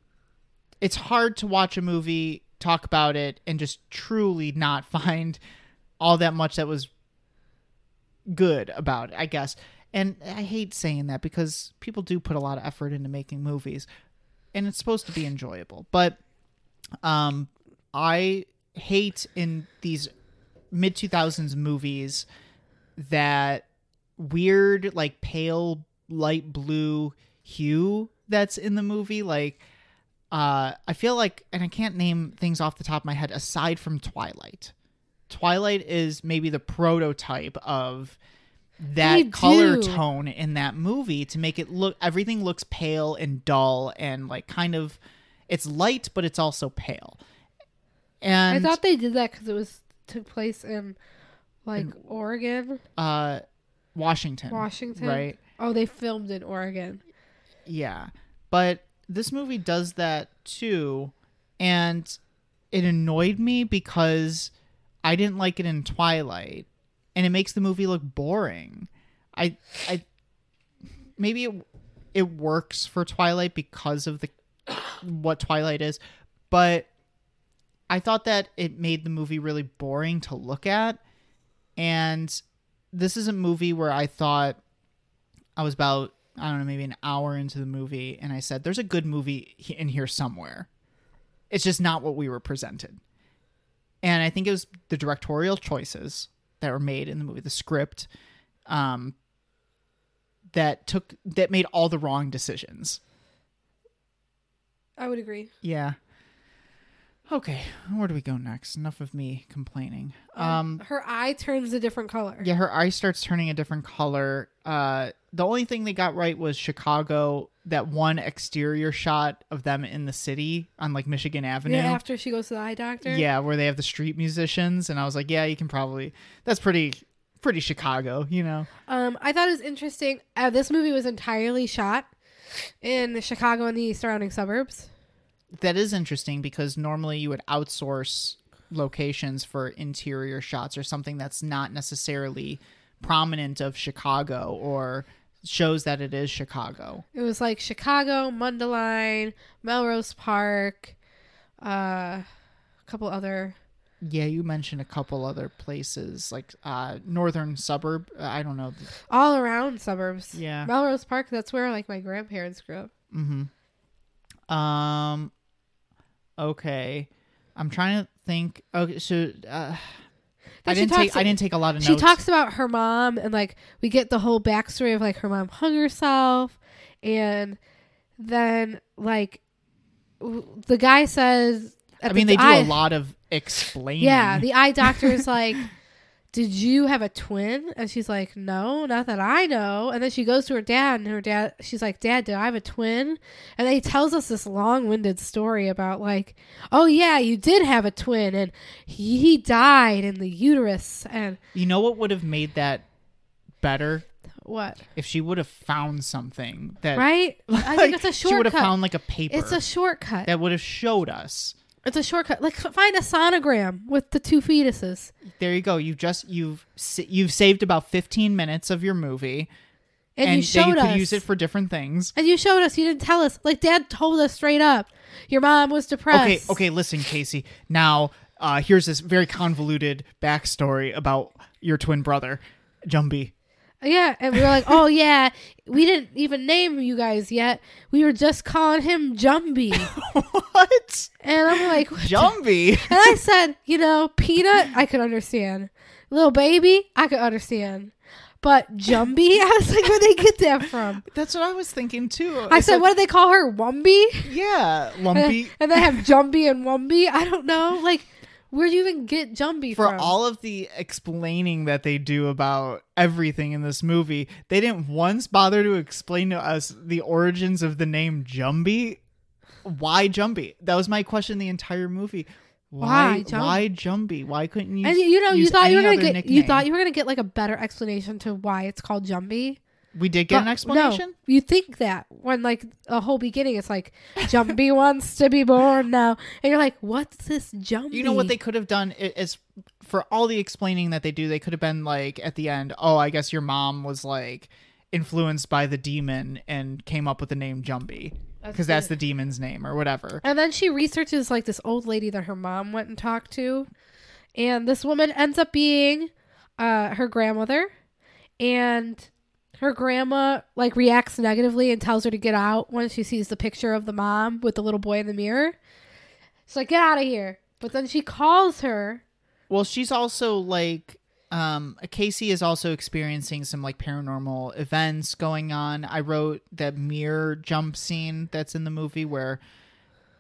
Speaker 1: it's hard to watch a movie talk about it and just truly not find all that much that was good about it i guess and i hate saying that because people do put a lot of effort into making movies and it's supposed to be enjoyable but um i hate in these mid 2000s movies that weird like pale light blue hue that's in the movie like uh i feel like and i can't name things off the top of my head aside from twilight twilight is maybe the prototype of that
Speaker 2: They
Speaker 1: color
Speaker 2: do.
Speaker 1: tone in that movie to make it look everything looks pale and dull and like kind of it's light but it's also pale
Speaker 2: I
Speaker 1: and
Speaker 2: thought they did that because it was took place in like Oregon,
Speaker 1: uh washington
Speaker 2: Washington.
Speaker 1: right
Speaker 2: Oh, they filmed in Oregon.
Speaker 1: Yeah. But this movie does that too. And it annoyed me because I didn't like it in Twilight. And it makes the movie look boring. I I maybe it it works for Twilight because of the what Twilight is, but I thought that it made the movie really boring to look at. And this is a movie where I thought I was about I don't know maybe an hour into the movie and I said there's a good movie he- in here somewhere. It's just not what we were presented. And I think it was the directorial choices that were made in the movie, the script um that took that made all the wrong decisions.
Speaker 2: I would agree.
Speaker 1: Yeah. Okay, where do we go next? Enough of me complaining. um
Speaker 2: her eye turns a different color.
Speaker 1: Yeah, her eye starts turning a different color. Uh, the only thing they got right was Chicago. That one exterior shot of them in the city on like Michigan Avenue.
Speaker 2: Yeah, after she goes to the eye doctor.
Speaker 1: Yeah, where they have the street musicians, and I was like, yeah, you can probably. That's pretty, pretty Chicago, you know.
Speaker 2: Um, I thought it was interesting. Uh, this movie was entirely shot in Chicago and the surrounding suburbs.
Speaker 1: That is interesting because normally you would outsource locations for interior shots or something that's not necessarily prominent of Chicago or shows that it is Chicago.
Speaker 2: It was like Chicago, Mundelein, Melrose Park, uh, a couple other.
Speaker 1: Yeah, you mentioned a couple other places like uh northern suburb. uh, I don't know.
Speaker 2: all around suburbs.
Speaker 1: Yeah.
Speaker 2: Melrose Park, that's where like my grandparents grew up.
Speaker 1: Um okay. I'm trying to think. Okay, so uh, I
Speaker 2: she
Speaker 1: didn't
Speaker 2: talks
Speaker 1: take. I didn't take a lot of
Speaker 2: she
Speaker 1: notes.
Speaker 2: talks about her mom and like we get the whole backstory of like her mom hung herself and then like w- the guy says at
Speaker 1: I
Speaker 2: the
Speaker 1: mean, they do
Speaker 2: eye-
Speaker 1: a lot of explaining.
Speaker 2: yeah the eye doctor is like did you have a twin and she's like no not that i know and then she goes to her dad and her dad she's like dad did i have a twin and he tells us this long-winded story about like oh yeah you did have a twin and he, he died in the uterus and
Speaker 1: you know what would have made that better
Speaker 2: what
Speaker 1: if she would have found something that.
Speaker 2: right? I
Speaker 1: like,
Speaker 2: think it's a
Speaker 1: She would have
Speaker 2: shortcut.
Speaker 1: found like a paper
Speaker 2: it's a shortcut.
Speaker 1: that would have showed us.
Speaker 2: It's a shortcut. Like f- find a sonogram with the two fetuses.
Speaker 1: There you go. You've just you've sa- you've saved about fifteen minutes of your movie,
Speaker 2: And,
Speaker 1: and that you
Speaker 2: you showed
Speaker 1: could
Speaker 2: us.
Speaker 1: use it for different things.
Speaker 2: and you showed us. You didn't tell us. Like dad told us straight up. Your mom was
Speaker 1: Okay,
Speaker 2: depressed.
Speaker 1: okay, listen, Casey. Now, uh, here's this very convoluted backstory about your twin brother, Jumby.
Speaker 2: Yeah, and we were like, "Oh yeah, we didn't even name you guys yet. We were just calling him Jumbie."
Speaker 1: what?
Speaker 2: and I'm like, what the-
Speaker 1: Jumby?
Speaker 2: and I said, "You know, Peanut, I could understand. Little baby, I could understand." But Jumbie, I was like, "Where'd they get that from?"
Speaker 1: That's what I was thinking too.
Speaker 2: I said, "What do they call her, Wumbie?"
Speaker 1: Yeah,
Speaker 2: and
Speaker 1: Lumpy.
Speaker 2: they have Jumbie and Wumbie. I don't know. Like, where do you even get Jumbie
Speaker 1: For
Speaker 2: from?
Speaker 1: all of the explaining that they do about everything in this movie, they didn't once bother to explain to us the origins of the name Jumby. Why Jumby? That was my question the entire movie. Why?
Speaker 2: Why Jum-
Speaker 1: Why Jumby? Why couldn't you?
Speaker 2: and you know, you
Speaker 1: use
Speaker 2: thought you were
Speaker 1: any
Speaker 2: gonna
Speaker 1: other
Speaker 2: get you
Speaker 1: nickname?
Speaker 2: thought you were gonna get like a better explanation to why it's called Jumbie.
Speaker 1: we did get
Speaker 2: But
Speaker 1: an
Speaker 2: no,
Speaker 1: explanation.
Speaker 2: you think that when like a whole beginning, it's like Jumbie wants to be born now, and you're like, what's this Jumbie?
Speaker 1: You know what they could have done i- is for all the explaining that they do, they could have been like at the end, oh, I guess your mom was like influenced by the demon and came up with the name Jumpy because that's the demon's name or whatever.
Speaker 2: And then she researches like this old lady that her mom went and talked to. And this woman ends up being uh, her grandmother. And her grandma like reacts negatively and tells her to get out when she sees the picture of the mom with the little boy in the mirror. She's like, get out of here. But then she calls her.
Speaker 1: Well, she's also like um Casey is also experiencing some like paranormal events going on. I wrote that mirror jump scene that's in the movie where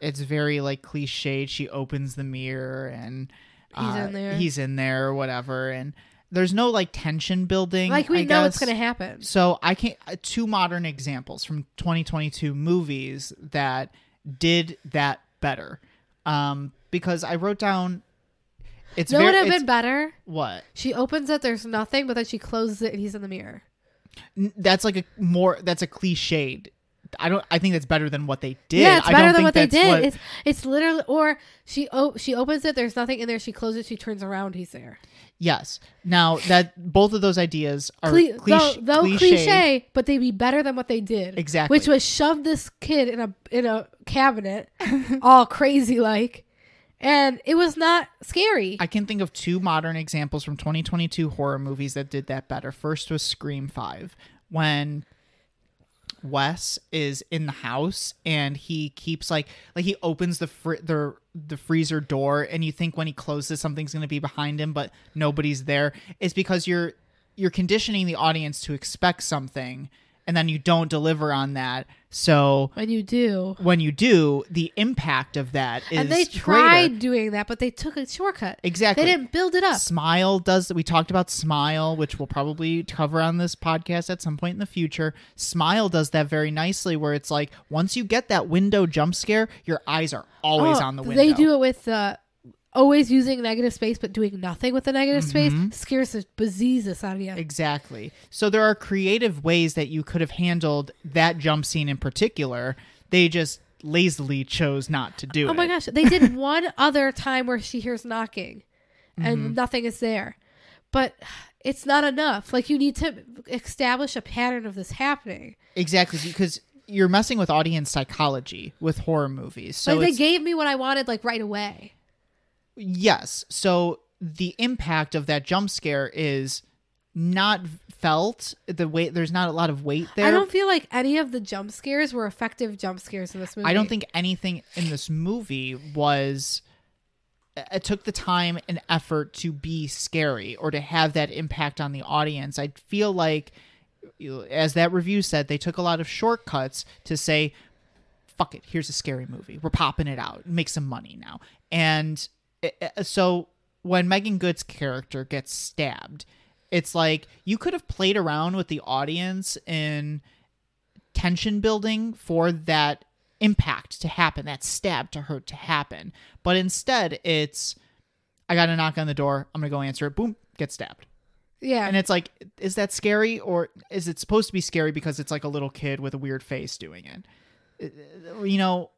Speaker 1: it's very like cliched. She opens the mirror and
Speaker 2: He's
Speaker 1: uh,
Speaker 2: in there.
Speaker 1: He's in there or whatever and there's no like tension building.
Speaker 2: Like we
Speaker 1: I
Speaker 2: know what's
Speaker 1: guess.
Speaker 2: gonna happen.
Speaker 1: So I can't. uh, Two modern examples from 2022 movies that did that better, um, because I wrote down. It's
Speaker 2: No, it
Speaker 1: very
Speaker 2: would have
Speaker 1: it's-
Speaker 2: been better.
Speaker 1: what
Speaker 2: She opens it, there's nothing, but then she closes it and he's in the mirror.
Speaker 1: N- that's like a more that's a cliched. I don't. I think that's better than what they did.
Speaker 2: Yeah, it's
Speaker 1: I don't
Speaker 2: better than
Speaker 1: think
Speaker 2: what they
Speaker 1: that's
Speaker 2: did. It's it's literally or she o- she opens it. There's nothing in there. She closes it. She turns around. He's there.
Speaker 1: yes. Now that both of those ideas are
Speaker 2: Cle-
Speaker 1: cliche,
Speaker 2: though though
Speaker 1: cliched.
Speaker 2: cliche, but they'd be better than what they did.
Speaker 1: Exactly.
Speaker 2: Which was shove this kid in a in a cabinet, all crazy like, and it was not scary.
Speaker 1: I can think of two modern examples from 2022 horror movies that did that better. First was Scream 5, when Wes is in the house and he keeps like like he opens the fr- the the freezer door and you think when he closes something's going to be behind him but nobody's there. It's because you're you're conditioning the audience to expect something and then you don't deliver on that. So
Speaker 2: when you do,
Speaker 1: when you do, the impact of that is
Speaker 2: and they
Speaker 1: greater.
Speaker 2: tried doing that, but they took a shortcut.
Speaker 1: Exactly.
Speaker 2: They didn't build it up.
Speaker 1: Smile does we talked about Smile, which we'll probably cover on this podcast at some point in the future. Smile does that very nicely where it's like once you get that window jump scare, your eyes are always
Speaker 2: Oh,
Speaker 1: on the window.
Speaker 2: They do it with uh, always using negative space, but doing nothing with the negative
Speaker 1: Mm-hmm.
Speaker 2: space scares the bejesus out of you.
Speaker 1: Exactly. So there are creative ways that you could have handled that jump scene in particular. They just lazily chose not to do it.
Speaker 2: Oh my gosh, they did one other time where she hears knocking and
Speaker 1: Mm-hmm.
Speaker 2: nothing is there. But it's not enough. Like you need to establish a pattern of this happening.
Speaker 1: Exactly because you're messing with audience psychology with horror movies. So
Speaker 2: like
Speaker 1: it's-
Speaker 2: they gave me what I wanted like right away.
Speaker 1: Yes. So the impact of that jump scare is not felt. The weight there's not a lot of weight there.
Speaker 2: I don't feel like any of the jump scares were effective jump scares in this movie.
Speaker 1: I don't think anything in this movie was uh, it took the time and effort to be scary or to have that impact on the audience. I feel like, you- as that review said, they took a lot of shortcuts to say, fuck it, here's a scary movie. We're popping it out, make some money now. And i- i- so when Megan Good's character gets stabbed, it's like you could have played around with the audience in tension building for that impact to happen, that stab to hurt to happen. But instead, it's I got a knock on the door. I'm gonna go answer it. Boom, get stabbed.
Speaker 2: Yeah.
Speaker 1: And it's like, is that scary or is it supposed to be scary because it's like a little kid with a weird face doing it? Uh, You know,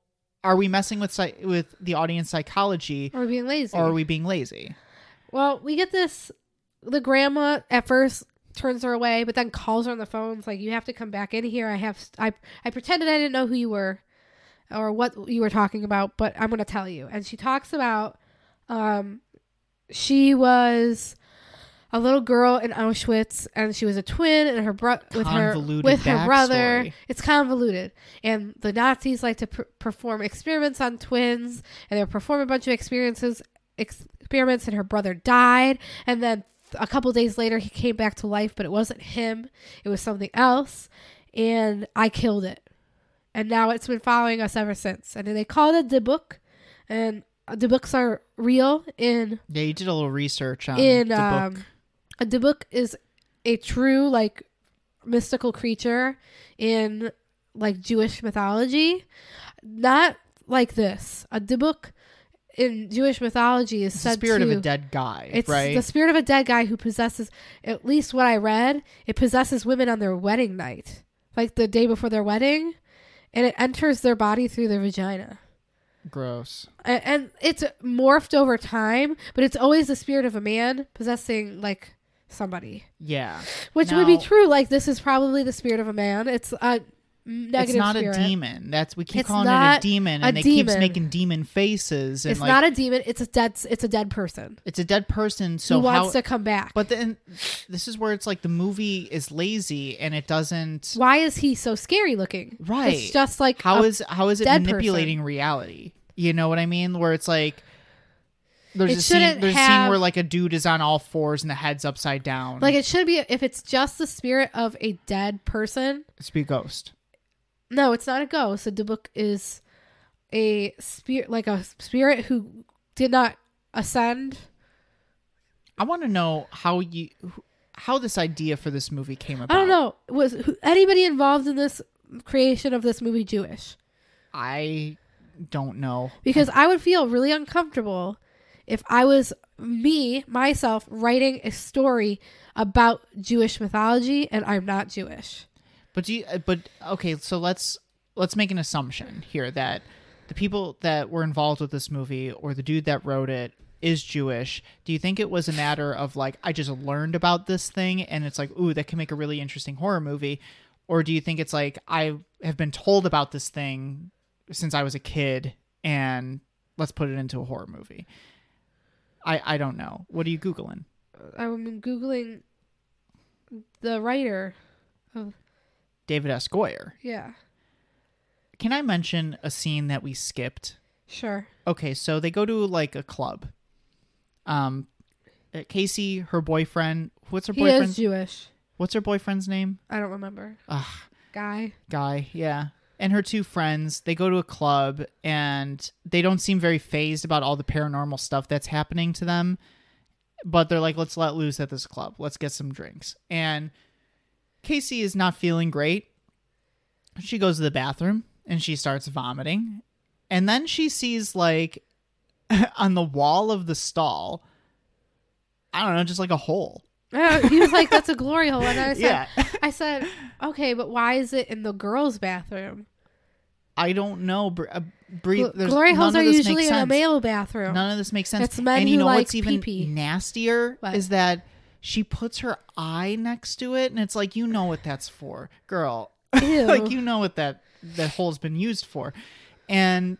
Speaker 1: are we messing with psy- with the audience psychology
Speaker 2: or being lazy.
Speaker 1: or are we being lazy?
Speaker 2: Well, we get this. The grandma at first turns her away, but then calls her on the phone. It's like, "You have to come back in here. I have. I I pretended I didn't know who you were, or what you were talking about, but I'm gonna tell you." And she talks about, um, she was a little girl in Auschwitz, and she was a twin, and her bro- with her
Speaker 1: Convoluted
Speaker 2: with her brother.
Speaker 1: backstory.
Speaker 2: It's convoluted, and the Nazis like to pr- perform experiments on twins, and they perform a bunch of experiences experiments and her brother died and then a couple days later he came back to life but it wasn't him it was something else and i killed it and now it's been following us ever since and then they called it the book and the books are real in
Speaker 1: Yeah, you did a little research on
Speaker 2: in
Speaker 1: the book.
Speaker 2: um the book is a true like mystical creature in like Jewish mythology not like this a dibuk in Jewish mythology is
Speaker 1: It's the
Speaker 2: said
Speaker 1: spirit
Speaker 2: to
Speaker 1: of a dead guy,
Speaker 2: it's
Speaker 1: right?
Speaker 2: the spirit of a dead guy who possesses at least what I read it possesses women on their wedding night like the day before their wedding and it enters their body through their vagina
Speaker 1: Gross.
Speaker 2: a- and it's morphed over time, but it's always the spirit of a man possessing like somebody,
Speaker 1: Yeah.
Speaker 2: which would be
Speaker 1: Now-
Speaker 2: true. Like this is probably the spirit of a man. It's a negative.
Speaker 1: it's not a
Speaker 2: spirit.
Speaker 1: demon. That's we keep
Speaker 2: It's
Speaker 1: calling it
Speaker 2: not
Speaker 1: a demon,
Speaker 2: a
Speaker 1: and they keeps
Speaker 2: demon.
Speaker 1: making demon faces, and
Speaker 2: It's
Speaker 1: like
Speaker 2: not a demon. It's a dead. It's a dead person
Speaker 1: it's a dead person. So
Speaker 2: who
Speaker 1: how?
Speaker 2: wants to come back.
Speaker 1: but then this is where it's like the movie is lazy and it doesn't.
Speaker 2: why is he so scary looking?
Speaker 1: Right.
Speaker 2: It's just like
Speaker 1: How
Speaker 2: a-
Speaker 1: is how is it
Speaker 2: dead
Speaker 1: manipulating reality? You know what I mean? Where it's like. There's,
Speaker 2: It
Speaker 1: a scene,
Speaker 2: shouldn't
Speaker 1: there's a scene
Speaker 2: have-
Speaker 1: where like a dude is on all fours and the head's upside down.
Speaker 2: like it should be if it's just the spirit of a dead person.
Speaker 1: it's be a ghost.
Speaker 2: No, it's not a ghost. A dubuk is a spirit, like a spirit who did not ascend.
Speaker 1: I want to know how you who- how this idea for this movie came about.
Speaker 2: I don't know. Was who- anybody involved in this creation of this movie Jewish?
Speaker 1: I don't know.
Speaker 2: Because I would feel really uncomfortable if I was me myself writing a story about Jewish mythology and I'm not Jewish.
Speaker 1: But do you, uh, but okay, so let's let's make an assumption here that the people that were involved with this movie or the dude that wrote it is Jewish. Do you think it was a matter of like I just learned about this thing and it's like, ooh, that can make a really interesting horror movie? Or do you think it's like I have been told about this thing since I was a kid and let's put it into a horror movie? I I don't know. What are you googling?
Speaker 2: I'm googling the writer.
Speaker 1: David S. Goyer.
Speaker 2: Yeah,
Speaker 1: Can I mention a scene that we skipped?
Speaker 2: sure.
Speaker 1: okay so they go to like a club um uh, casey her boyfriend what's her
Speaker 2: He is
Speaker 1: boyfriend's
Speaker 2: Jewish.
Speaker 1: what's her boyfriend's name
Speaker 2: I don't remember.
Speaker 1: Ugh,
Speaker 2: Guy.
Speaker 1: guy yeah and her two friends they go to a club and they don't seem very phased about all the paranormal stuff that's happening to them but they're like let's let loose at this club let's get some drinks and casey is not feeling great she goes to the bathroom and she starts vomiting and then she sees like on the wall of the stall i don't know just like a hole
Speaker 2: Uh, he was like, "That's a glory hole," and I said,
Speaker 1: yeah
Speaker 2: "I said, okay, but why is it in the girls' bathroom?
Speaker 1: i don't know Br- uh, Bree,
Speaker 2: Gl-
Speaker 1: there's-
Speaker 2: glory holes
Speaker 1: none
Speaker 2: are
Speaker 1: of this makes
Speaker 2: usually in a
Speaker 1: sense.
Speaker 2: male bathroom."
Speaker 1: None of this makes sense.
Speaker 2: It's men
Speaker 1: and you
Speaker 2: who
Speaker 1: know
Speaker 2: like
Speaker 1: what's even
Speaker 2: pee-pee.
Speaker 1: nastier
Speaker 2: What?
Speaker 1: is that she puts her eye next to it, and it's like you know what that's for, girl.
Speaker 2: Ew.
Speaker 1: like you know what that that hole's been used for, and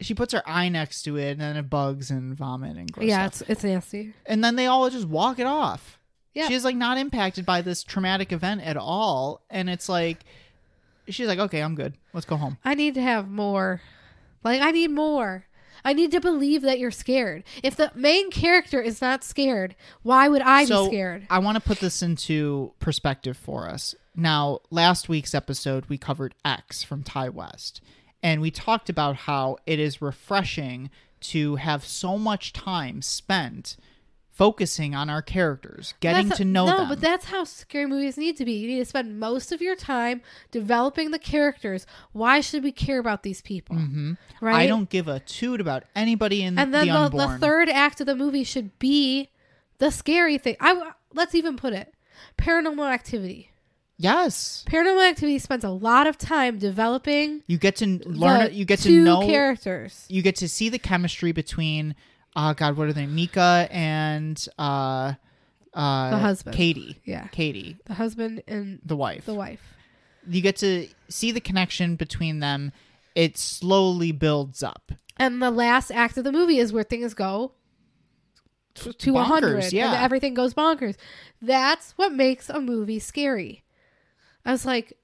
Speaker 1: she puts her eye next to it, and then it bugs and vomit and gross
Speaker 2: yeah,
Speaker 1: stuff.
Speaker 2: it's it's nasty.
Speaker 1: And then they all just walk it off.
Speaker 2: Yeah.
Speaker 1: she's like not impacted by this traumatic event at all, and it's like she's like, okay, I'm good. Let's go home.
Speaker 2: I need to have more. Like I need more. I need to believe that you're scared. If the main character is not scared, why would I
Speaker 1: so
Speaker 2: be scared?
Speaker 1: I want to put this into perspective for us. Now, last week's episode, we covered X from Ty West, and we talked about how it is refreshing to have so much time spent focusing on our characters, getting
Speaker 2: That's-
Speaker 1: to know
Speaker 2: no,
Speaker 1: them.
Speaker 2: but that's how scary movies need to be. You need to spend most of your time developing the characters. Why should we care about these people? Mm-hmm. Right?
Speaker 1: I don't give a toot about anybody in
Speaker 2: and then
Speaker 1: the
Speaker 2: the,
Speaker 1: unborn.
Speaker 2: the, third act of the movie should be the scary thing. I w- let's even put it paranormal activity.
Speaker 1: yes,
Speaker 2: Paranormal activity spends a lot of time developing
Speaker 1: you get to n- learn.
Speaker 2: the
Speaker 1: You get to
Speaker 2: two
Speaker 1: know.
Speaker 2: characters.
Speaker 1: you get to see the chemistry between. Oh God, what are they? Mika and uh, uh,
Speaker 2: The husband.
Speaker 1: Katie.
Speaker 2: Yeah,
Speaker 1: Katie,
Speaker 2: the husband and
Speaker 1: the wife.
Speaker 2: the wife.
Speaker 1: You get to see the connection between them. It slowly builds up.
Speaker 2: And the last act of the movie is where things go t- to
Speaker 1: Bonkers,
Speaker 2: 100
Speaker 1: yeah.
Speaker 2: and everything goes bonkers. That's what makes a movie scary. I was like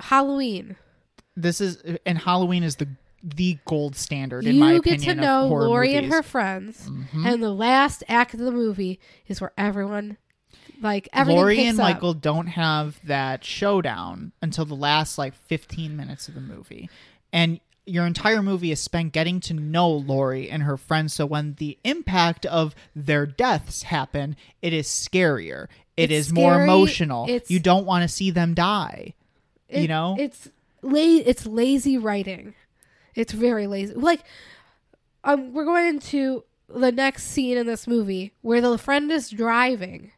Speaker 2: Halloween.
Speaker 1: This is and Halloween is the the gold standard in
Speaker 2: you
Speaker 1: my
Speaker 2: get
Speaker 1: opinion.
Speaker 2: to know
Speaker 1: of horror
Speaker 2: Lori
Speaker 1: movies. Mm-hmm.
Speaker 2: and her friends, and the last act of the movie is where everyone, like everything,
Speaker 1: Lori
Speaker 2: picks
Speaker 1: and
Speaker 2: up.
Speaker 1: Michael don't have that showdown until the last like 15 minutes of the movie. And your entire movie is spent getting to know Lori and her friends. So when the impact of their deaths happen, it is scarier. it's
Speaker 2: It's
Speaker 1: more
Speaker 2: scary,
Speaker 1: emotional.
Speaker 2: it's-
Speaker 1: you don't want to see them die.
Speaker 2: It-
Speaker 1: you know?
Speaker 2: it's la- it's lazy writing. It's very lazy. Like, um, we're going into the next scene in this movie where the friend is driving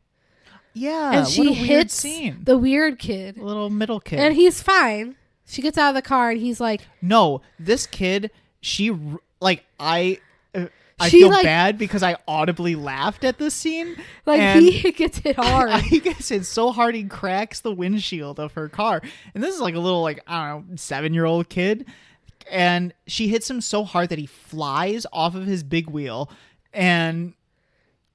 Speaker 1: yeah.
Speaker 2: and
Speaker 1: Ah, what
Speaker 2: she
Speaker 1: a weird
Speaker 2: hits
Speaker 1: scene.
Speaker 2: the weird kid,
Speaker 1: little middle kid.
Speaker 2: and he's fine. She gets out of the car, and he's like,
Speaker 1: No, this kid, she r- like I. uh, I
Speaker 2: She,
Speaker 1: feel
Speaker 2: like-
Speaker 1: bad because I audibly laughed at this scene.
Speaker 2: like
Speaker 1: and-
Speaker 2: he gets hit hard.
Speaker 1: he gets hit so hard he cracks the windshield of her car. And this is like a little like I don't know seven year old kid, and she hits him so hard that he flies off of his big wheel and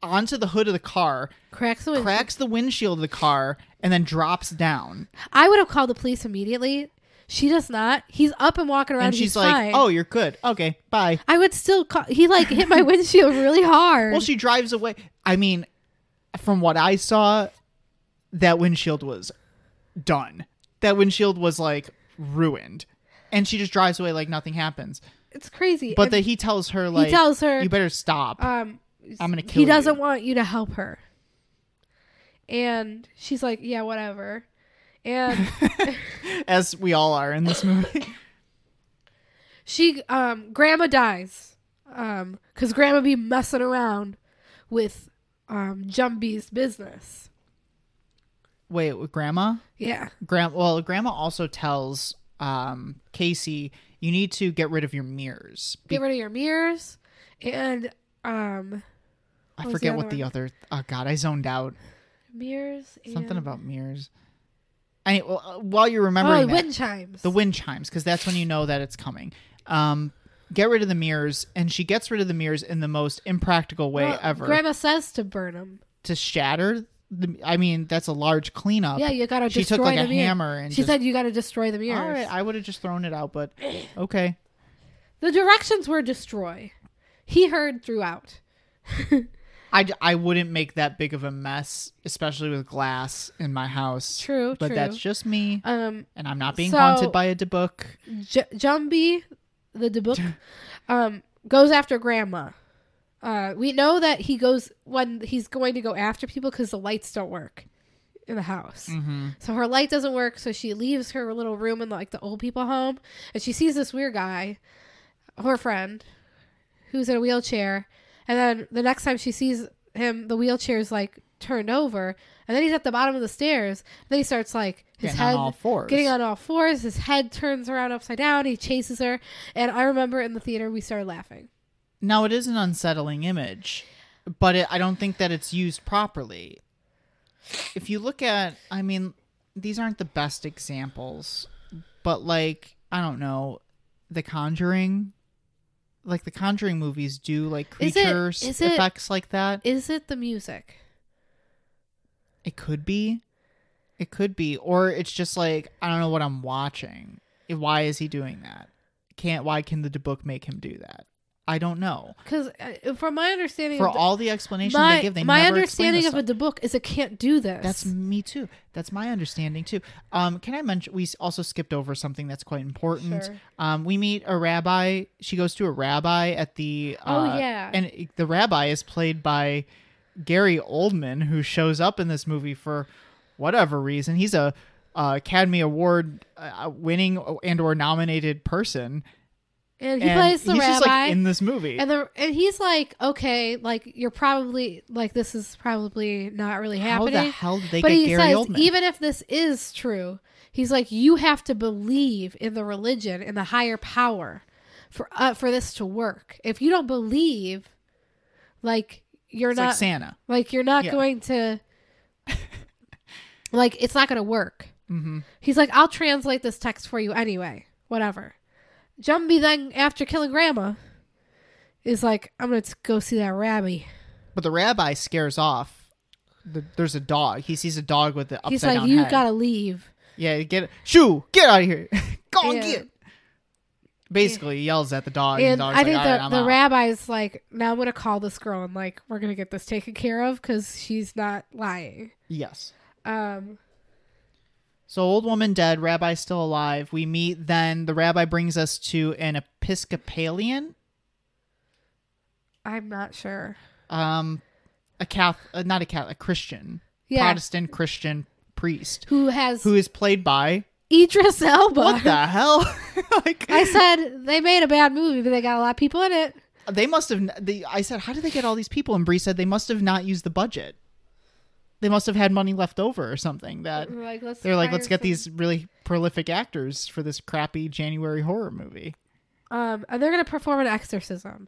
Speaker 1: onto the hood of the car,
Speaker 2: cracks the windshield.
Speaker 1: cracks the windshield of the car, and then drops down.
Speaker 2: I would have called the police immediately. She does not. He's up and walking around.
Speaker 1: And
Speaker 2: he's
Speaker 1: she's like,
Speaker 2: fine.
Speaker 1: "Oh, you're good. Okay, bye."
Speaker 2: I would still call. He like hit my windshield really hard.
Speaker 1: Well, she drives away. I mean, from what I saw, that windshield was done. That windshield was like ruined. And she just drives away like nothing happens.
Speaker 2: it's crazy.
Speaker 1: But
Speaker 2: And
Speaker 1: that he tells her like
Speaker 2: tells her-
Speaker 1: you better stop.
Speaker 2: um,
Speaker 1: I'm gonna kill
Speaker 2: he doesn't
Speaker 1: you.
Speaker 2: want you to help her. And she's like, yeah, whatever. And
Speaker 1: as we all are in this movie.
Speaker 2: she, um, grandma dies, um, cause grandma be messing around with, um, Jumby's business.
Speaker 1: Wait, with grandma?
Speaker 2: Yeah,
Speaker 1: Grand well, grandma also tells um Casey, you need to get rid of your mirrors. Be-
Speaker 2: get rid of your mirrors, and um,
Speaker 1: I
Speaker 2: was the
Speaker 1: forget
Speaker 2: other
Speaker 1: what the
Speaker 2: one?
Speaker 1: other oh god, I zoned out.
Speaker 2: mirrors. And
Speaker 1: Something about mirrors. I well, uh, while you're remembering
Speaker 2: oh,
Speaker 1: that-
Speaker 2: wind chimes.
Speaker 1: the wind chimes because that's when you know that it's coming um get rid of the mirrors and she gets rid of the mirrors in the most impractical way
Speaker 2: Well,
Speaker 1: ever
Speaker 2: Grandma says to burn them.
Speaker 1: to shatter the i mean that's a large cleanup
Speaker 2: Yeah, you gotta
Speaker 1: she
Speaker 2: destroy
Speaker 1: took like
Speaker 2: the
Speaker 1: a
Speaker 2: mirror.
Speaker 1: hammer and
Speaker 2: she
Speaker 1: just-
Speaker 2: said you gotta destroy the mirrors.
Speaker 1: all right i would have just thrown it out but okay
Speaker 2: the directions were destroy. He heard throughout.
Speaker 1: I, d- I wouldn't make that big of a mess especially with glass in my house
Speaker 2: True,
Speaker 1: but
Speaker 2: true.
Speaker 1: that's just me
Speaker 2: Um,
Speaker 1: and i'm not being
Speaker 2: so-
Speaker 1: haunted by a debook
Speaker 2: J- Jumby, the the book, um, goes after Grandma. Uh, we know that he goes when he's going to go after people because the lights don't work in the house.
Speaker 1: Mm.
Speaker 2: So her light doesn't work, so she leaves her little room in like the old people home, and she sees this weird guy, her friend, who's in a wheelchair, and then the next time she sees him, the wheelchair's like turned over, and then he's at the bottom of the stairs. And then he starts like his
Speaker 1: Getting on
Speaker 2: head
Speaker 1: all fours.
Speaker 2: getting on all fours. His head turns around upside down. He chases her, and I remember in the theater we started laughing.
Speaker 1: Now it is an unsettling image, but it, I don't think that it's used properly. If you look at, I mean, these aren't the best examples, but like I don't know, The Conjuring, like the Conjuring movies do like
Speaker 2: Is it-
Speaker 1: creatures
Speaker 2: is it-
Speaker 1: effects like that.
Speaker 2: Is it the music?
Speaker 1: It could be, it could be, or it's just like I don't know what I'm watching. Why is he doing that? Can't why can the book make him do that? I don't know.
Speaker 2: Because uh, from my understanding,
Speaker 1: For
Speaker 2: of the,
Speaker 1: all the explanation
Speaker 2: my,
Speaker 1: they give, they
Speaker 2: my
Speaker 1: never
Speaker 2: understanding
Speaker 1: explain
Speaker 2: of
Speaker 1: this
Speaker 2: the book is it can't do this.
Speaker 1: That's me too. That's my understanding too. Um, can I mention we s- also skipped over something that's quite important.
Speaker 2: Sure.
Speaker 1: Um, we meet a rabbi. She goes to a rabbi at the.
Speaker 2: Oh,
Speaker 1: uh,
Speaker 2: yeah.
Speaker 1: and it- the rabbi is played by Gary Oldman, who shows up in this movie for whatever reason. He's a uh, Academy Award uh, winning and or nominated person.
Speaker 2: and he
Speaker 1: and
Speaker 2: plays the
Speaker 1: he's
Speaker 2: rabbi.
Speaker 1: just like in this movie.
Speaker 2: and the and he's like, okay, like you're probably like this is probably not really
Speaker 1: How
Speaker 2: happening.
Speaker 1: the hell did they
Speaker 2: but
Speaker 1: get
Speaker 2: he
Speaker 1: Gary
Speaker 2: says
Speaker 1: Oldman?
Speaker 2: even if this is true, he's like you have to believe in the religion and the higher power for uh, for this to work. If you don't believe, like you're
Speaker 1: it's
Speaker 2: not
Speaker 1: like Santa.
Speaker 2: Like you're not
Speaker 1: Yeah.
Speaker 2: going to like it's not going to work.
Speaker 1: hmm
Speaker 2: He's like, I'll translate this text for you anyway. Whatever. Jumbie then after killing grandma is like, I'm going to go see that rabbi.
Speaker 1: But the rabbi scares off. The, there's a dog. He sees a dog with the upside
Speaker 2: He's like,
Speaker 1: down
Speaker 2: you
Speaker 1: head.
Speaker 2: got to leave.
Speaker 1: yeah, get shoo, get out of here, go on,
Speaker 2: Yeah.
Speaker 1: get. Basically, he yells at the dog, and,
Speaker 2: And
Speaker 1: the dog's
Speaker 2: I think
Speaker 1: like, "All right,
Speaker 2: the,
Speaker 1: I'm
Speaker 2: the
Speaker 1: out."
Speaker 2: rabbi's like, now I'm going to call this girl and like, we're going to get this taken care of because she's not lying.
Speaker 1: Yes.
Speaker 2: Um,
Speaker 1: So old woman dead, rabbi still alive. We meet. Then the rabbi brings us to an Episcopalian,
Speaker 2: I'm not sure.
Speaker 1: um, a Cath, uh, not a Cath, a Christian,
Speaker 2: Yeah.
Speaker 1: Protestant Christian priest
Speaker 2: Who has
Speaker 1: who is played by
Speaker 2: Idris Elba.
Speaker 1: what the hell? like
Speaker 2: I said they made a bad movie, but they got a lot of people in it.
Speaker 1: they must have they, i said how did they get all these people and bree said they must have not used the budget they must have had money left over or something that
Speaker 2: We're like, let's
Speaker 1: they're like
Speaker 2: hire
Speaker 1: let's get
Speaker 2: some-
Speaker 1: these really prolific actors for this crappy january horror movie
Speaker 2: Um, and they're gonna perform an exorcism.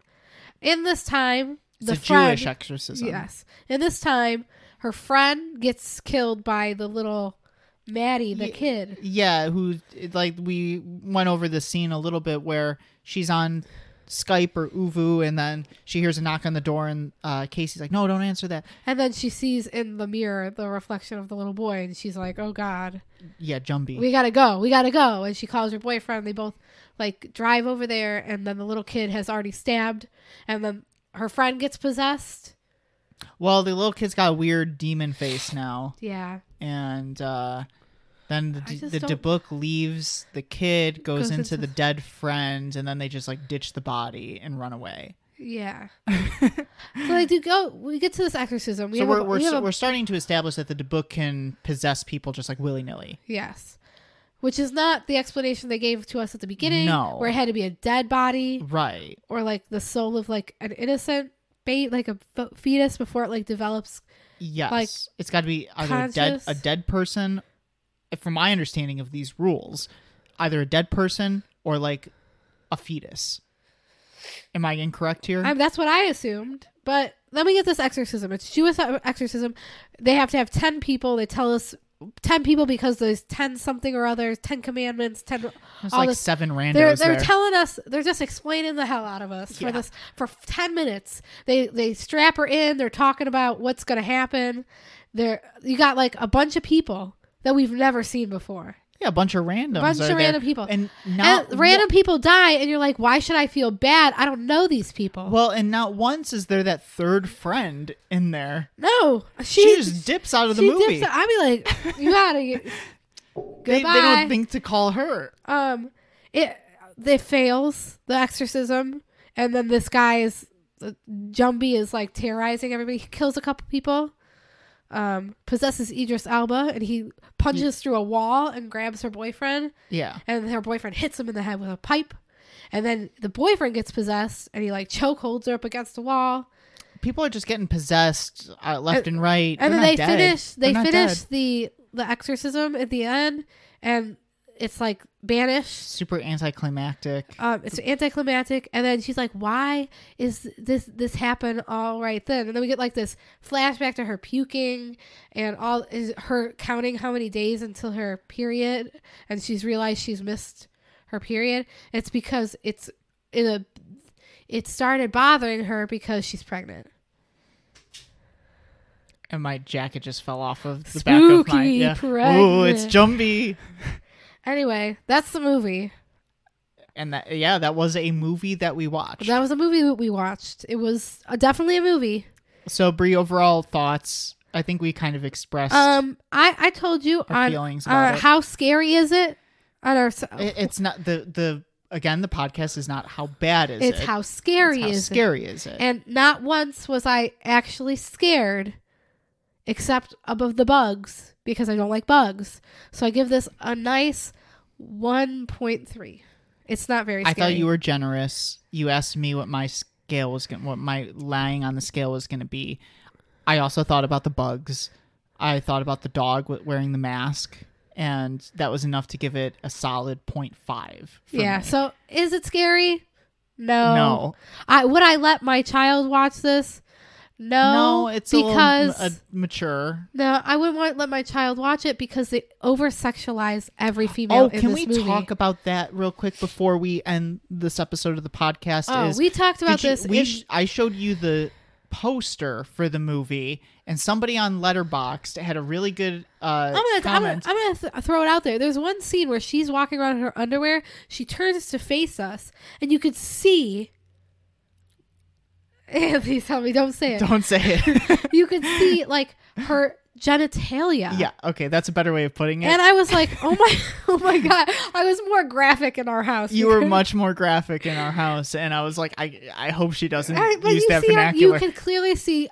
Speaker 2: In this time,
Speaker 1: it's
Speaker 2: the
Speaker 1: a
Speaker 2: friend,
Speaker 1: jewish exorcism
Speaker 2: yes. In this time, her friend gets killed by the little Maddie, the
Speaker 1: Ye-
Speaker 2: kid.
Speaker 1: yeah who it- like we went over the scene a little bit where she's on skype or uvu and then she hears a knock on the door and uh, casey's like no don't answer that
Speaker 2: And then she sees in the mirror the reflection of the little boy, and she's like, "Oh God,
Speaker 1: yeah jumbie
Speaker 2: we gotta go, we gotta go." And she calls her boyfriend. They both like drive over there, and then the little kid has already stabbed, and then her friend gets possessed.
Speaker 1: well the little kid's got a weird demon face now
Speaker 2: Yeah,
Speaker 1: and uh, then the,
Speaker 2: I
Speaker 1: d-
Speaker 2: just
Speaker 1: the
Speaker 2: don't-
Speaker 1: Dabook leaves the kid, goes,
Speaker 2: Goes
Speaker 1: into
Speaker 2: into-
Speaker 1: the dead friend, and then they just like ditch the body and run away.
Speaker 2: yeah. so they do go. We get to this exorcism. We
Speaker 1: so
Speaker 2: have
Speaker 1: we're
Speaker 2: a,
Speaker 1: we're,
Speaker 2: we have
Speaker 1: so
Speaker 2: a
Speaker 1: we're starting to establish that the Dabook can possess people just like willy nilly.
Speaker 2: Yes. Which is not the explanation they gave to us at the beginning.
Speaker 1: No.
Speaker 2: Where it had to be a dead body
Speaker 1: Right.
Speaker 2: or like the soul of like an innocent bait, like a fe- fetus before it like develops.
Speaker 1: Yes.
Speaker 2: Like,
Speaker 1: it's got to be either a dead
Speaker 2: conscious?
Speaker 1: a dead person, from my understanding of these rules, either a dead person or like a fetus. Am I incorrect here?
Speaker 2: I mean, that's what I assumed. But let me get this exorcism. It's Jewish exorcism. They have to have 10 people. They tell us 10 people because there's 10 something or other, 10 commandments, 10.
Speaker 1: There's
Speaker 2: all
Speaker 1: like
Speaker 2: this-
Speaker 1: seven randos
Speaker 2: They're, they're
Speaker 1: there.
Speaker 2: telling us they're just explaining the hell out of us
Speaker 1: Yeah.
Speaker 2: for this for 10 minutes they they strap her in they're talking about what's going to happen they're you got like a bunch of people that we've never seen before
Speaker 1: yeah, a bunch of randoms.
Speaker 2: bunch
Speaker 1: are
Speaker 2: of
Speaker 1: there.
Speaker 2: random people.
Speaker 1: and not
Speaker 2: and random people die and you're like why should i feel bad i don't know these people
Speaker 1: Well, and not once is there that third friend in there.
Speaker 2: no she,
Speaker 1: She just dips out of the
Speaker 2: she
Speaker 1: movie.
Speaker 2: dips- i'd be like you gotta get-
Speaker 1: They, they
Speaker 2: Goodbye.
Speaker 1: don't think to call her.
Speaker 2: um it it fails the exorcism and then this guy is jumbie is like terrorizing everybody he kills a couple people um possesses idris alba and he punches through a wall and grabs her boyfriend
Speaker 1: Yeah.
Speaker 2: and her boyfriend hits him in the head with a pipe and then the boyfriend gets possessed and he like choke holds her up against the wall
Speaker 1: People are just getting possessed uh, left and, right.
Speaker 2: and
Speaker 1: They're
Speaker 2: then
Speaker 1: not
Speaker 2: they
Speaker 1: dead.
Speaker 2: finish
Speaker 1: They're
Speaker 2: they
Speaker 1: not
Speaker 2: finish
Speaker 1: dead.
Speaker 2: the the exorcism at the end and it's like banished
Speaker 1: Super anticlimactic.
Speaker 2: um, it's anticlimactic, and then she's like, "Why is this this happen all right then?" And then we get like this flashback to her puking and all is her counting how many days until her period, and she's realized she's missed her period. It's because it's in a it started bothering her because she's pregnant.
Speaker 1: And my jacket just fell off of the back of my.
Speaker 2: Spooky
Speaker 1: Yeah.
Speaker 2: pregnant.
Speaker 1: Ooh, it's Jumbie.
Speaker 2: Anyway, that's the movie.
Speaker 1: And that yeah, that was a movie that we watched.
Speaker 2: That was a movie we watched. It was uh, definitely a movie.
Speaker 1: so Brie, overall thoughts. I think we kind of expressed
Speaker 2: Um, I I told you
Speaker 1: Our
Speaker 2: on
Speaker 1: feelings about
Speaker 2: uh,
Speaker 1: it.
Speaker 2: how scary is it on our. s-
Speaker 1: it- it's not the the again the podcast is not how bad is
Speaker 2: It's
Speaker 1: it.
Speaker 2: how scary
Speaker 1: It's how
Speaker 2: is it.
Speaker 1: scary is it?
Speaker 2: And not once was I actually scared, except above the bugs because I don't like bugs. So I give this a nice one point three. It's not very.
Speaker 1: I
Speaker 2: Scary.
Speaker 1: thought you were generous. You asked me what my scale was going what my lying on the scale was going to be. I also thought about the bugs. I thought about the dog w- wearing the mask and that was enough to give it a solid 0.5. for
Speaker 2: Yeah.
Speaker 1: me.
Speaker 2: So is it scary? No.
Speaker 1: No.
Speaker 2: I would I let my child watch this? No.
Speaker 1: No, it's
Speaker 2: because
Speaker 1: a little m- a mature.
Speaker 2: no, I wouldn't want let my child watch it because they over sexualize every female.
Speaker 1: Oh,
Speaker 2: in
Speaker 1: can
Speaker 2: this
Speaker 1: we
Speaker 2: movie.
Speaker 1: talk about that real quick before we end this episode of the podcast?
Speaker 2: Oh,
Speaker 1: is
Speaker 2: we talked about
Speaker 1: Did you-
Speaker 2: this.
Speaker 1: we
Speaker 2: in-
Speaker 1: sh- I showed you the poster for the movie, and somebody on Letterboxd had a really good uh,
Speaker 2: I'm gonna, I'm gonna,
Speaker 1: comment.
Speaker 2: I'm gonna th- throw it out there. There's one scene where she's walking around in her underwear. She turns to face us, and you could see. Please tell me, don't say it.
Speaker 1: Don't say it.
Speaker 2: You could see like her genitalia.
Speaker 1: yeah, okay, that's a better way of putting it.
Speaker 2: And I was like, oh my, oh my god! I was more graphic in our house.
Speaker 1: you were
Speaker 2: because-
Speaker 1: much more graphic in our house, and I was like, I, I hope she doesn't
Speaker 2: I- but
Speaker 1: use
Speaker 2: you
Speaker 1: that
Speaker 2: see, her,
Speaker 1: vernacular.
Speaker 2: you can clearly see,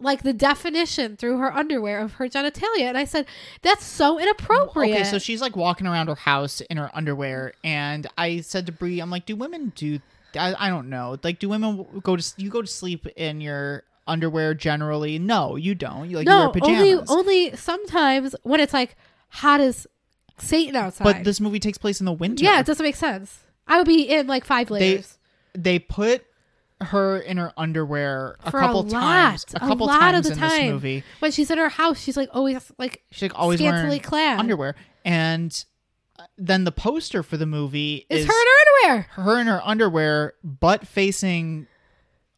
Speaker 2: like the definition through her underwear of her genitalia, and I said, that's so inappropriate.
Speaker 1: Okay, so she's like walking around her house in her underwear, and I said to Bree, "I'm like, do women do? I, I don't know. Like, do women w- go to s- you go to sleep in your underwear generally? No, you don't. You like you wear
Speaker 2: no,
Speaker 1: pajamas.
Speaker 2: only only sometimes when it's like hot as Satan outside.
Speaker 1: But this movie takes place in the winter.
Speaker 2: yeah, it doesn't make sense. I would be in like five layers.
Speaker 1: they put her in her underwear a
Speaker 2: For a
Speaker 1: couple
Speaker 2: lot,
Speaker 1: times. A
Speaker 2: a
Speaker 1: couple
Speaker 2: lot of
Speaker 1: times
Speaker 2: the
Speaker 1: in
Speaker 2: time.
Speaker 1: this movie.
Speaker 2: when she's in her house, she's like always like
Speaker 1: She's like always
Speaker 2: Scantily
Speaker 1: wearing
Speaker 2: clad.
Speaker 1: underwear. And uh, then the poster for the movie
Speaker 2: it's
Speaker 1: is
Speaker 2: her in her underwear.
Speaker 1: her in her underwear, butt facing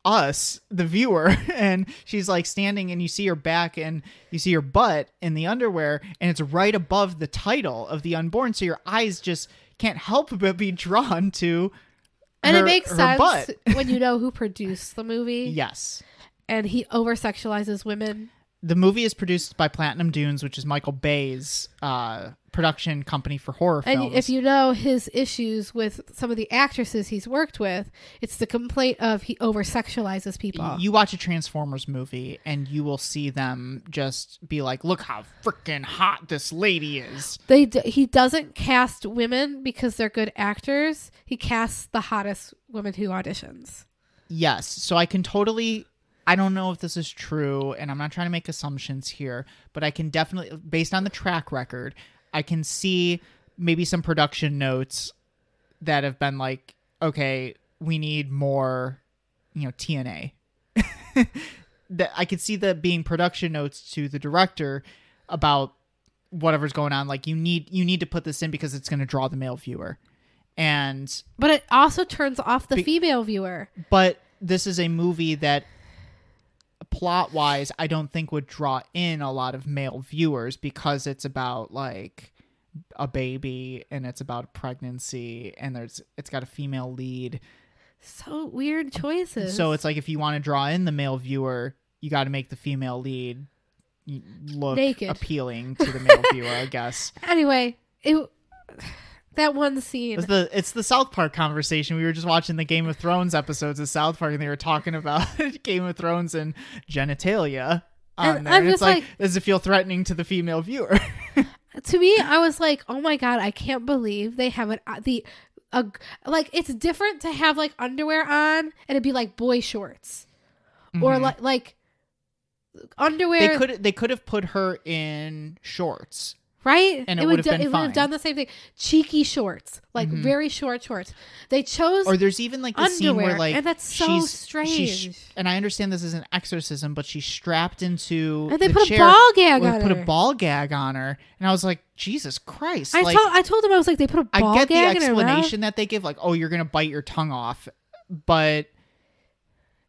Speaker 1: us, the viewer, and she's like standing and you see her back and you see her butt in the underwear and it's right above the title of the unborn, so your eyes just can't help but be drawn to
Speaker 2: And
Speaker 1: her-
Speaker 2: it makes
Speaker 1: her
Speaker 2: sense
Speaker 1: butt.
Speaker 2: when you know who produced the movie.
Speaker 1: Yes.
Speaker 2: And he over sexualizes women.
Speaker 1: the movie is produced by Platinum Dunes, which is Michael Bay's uh, production company for horror
Speaker 2: And
Speaker 1: films.
Speaker 2: if you know his issues with some of the actresses he's worked with, it's the complaint of he over sexualizes people.
Speaker 1: you watch a Transformers movie and you will see them just be like, "Look how freaking hot this lady is."
Speaker 2: They d- he doesn't cast women because they're good actors. He casts the hottest women who auditions.
Speaker 1: Yes, so I can totally. I don't know if this is true, and I'm not trying to make assumptions here, but I can definitely, based on the track record, I can see maybe some production notes that have been like, "Okay, we need more," you know, TNA. that I could see that being production notes to the director about whatever's going on. Like you need you need to put this in because it's going to draw the male viewer, and
Speaker 2: But it also turns off the
Speaker 1: Be-
Speaker 2: female viewer.
Speaker 1: but this is a movie that plot wise I don't think would draw in a lot of male viewers because it's about like a baby and it's about pregnancy and there's it's got a female lead.
Speaker 2: So weird choices.
Speaker 1: So it's like if you want to draw in the male viewer, you got to make the female lead y- look
Speaker 2: Naked.
Speaker 1: appealing to the male viewer, I guess.
Speaker 2: anyway, it that one scene.
Speaker 1: It's the it's the South Park conversation. We were just watching the Game of Thrones episodes of South Park, and they were talking about Game of Thrones and genitalia. On
Speaker 2: And
Speaker 1: there.
Speaker 2: I'm
Speaker 1: And it's
Speaker 2: just
Speaker 1: like,
Speaker 2: like-
Speaker 1: does it feel threatening to the female viewer?
Speaker 2: to me, I was like, "Oh my god, I can't believe they have an uh, the a like it's different to have like underwear on and it'd be like boy shorts or
Speaker 1: Mhm.
Speaker 2: like like underwear
Speaker 1: they could they could have put her in shorts.
Speaker 2: right?
Speaker 1: And it
Speaker 2: would
Speaker 1: would've been
Speaker 2: it would
Speaker 1: fine. Mm-hmm.
Speaker 2: have done the same thing. Cheeky shorts, like very short shorts. They chose
Speaker 1: Or there's even like the scene where
Speaker 2: Underwear,
Speaker 1: like
Speaker 2: and that's so
Speaker 1: she's,
Speaker 2: strange.
Speaker 1: She's, and I understand this is an exorcism, but she's strapped into
Speaker 2: And they
Speaker 1: the
Speaker 2: put a
Speaker 1: chair,
Speaker 2: ball gag
Speaker 1: or they
Speaker 2: on
Speaker 1: put a
Speaker 2: her.
Speaker 1: ball gag on her, and I was like, Jesus Christ!
Speaker 2: I
Speaker 1: like,
Speaker 2: told I told him I was like they put a ball
Speaker 1: I get the
Speaker 2: gag in her mouth.
Speaker 1: explanation that they give, like, oh, you're gonna bite your tongue off, but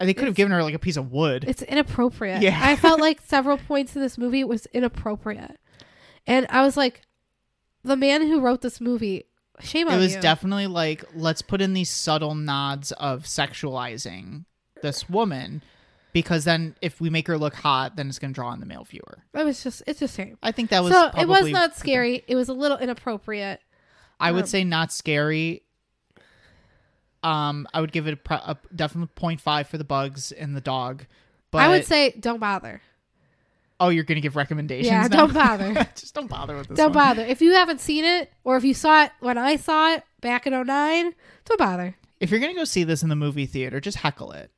Speaker 1: they could have given her like a piece of wood.
Speaker 2: It's inappropriate.
Speaker 1: Yeah.
Speaker 2: I felt like several points in this movie it was inappropriate. And I was like, the man who wrote this movie Shame
Speaker 1: it
Speaker 2: on
Speaker 1: was
Speaker 2: you.
Speaker 1: definitely like let's put in these subtle nods of sexualizing this woman because then if we make her look hot then it's going to draw in the male viewer
Speaker 2: it was just it's a shame.
Speaker 1: i think that was
Speaker 2: so it was
Speaker 1: probably-
Speaker 2: not scary. It was a little inappropriate.
Speaker 1: i would say not scary um i would give it a, pro- a definitely 0.5 for the bugs and the dog but
Speaker 2: I would say don't bother.
Speaker 1: oh you're going to give recommendations
Speaker 2: Yeah,
Speaker 1: now?
Speaker 2: don't bother.
Speaker 1: just don't bother with this one.
Speaker 2: don't bother. If you haven't seen it or if you saw it when I saw it back in 09, don't bother.
Speaker 1: if you're gonna go see this in the movie theater, just heckle it,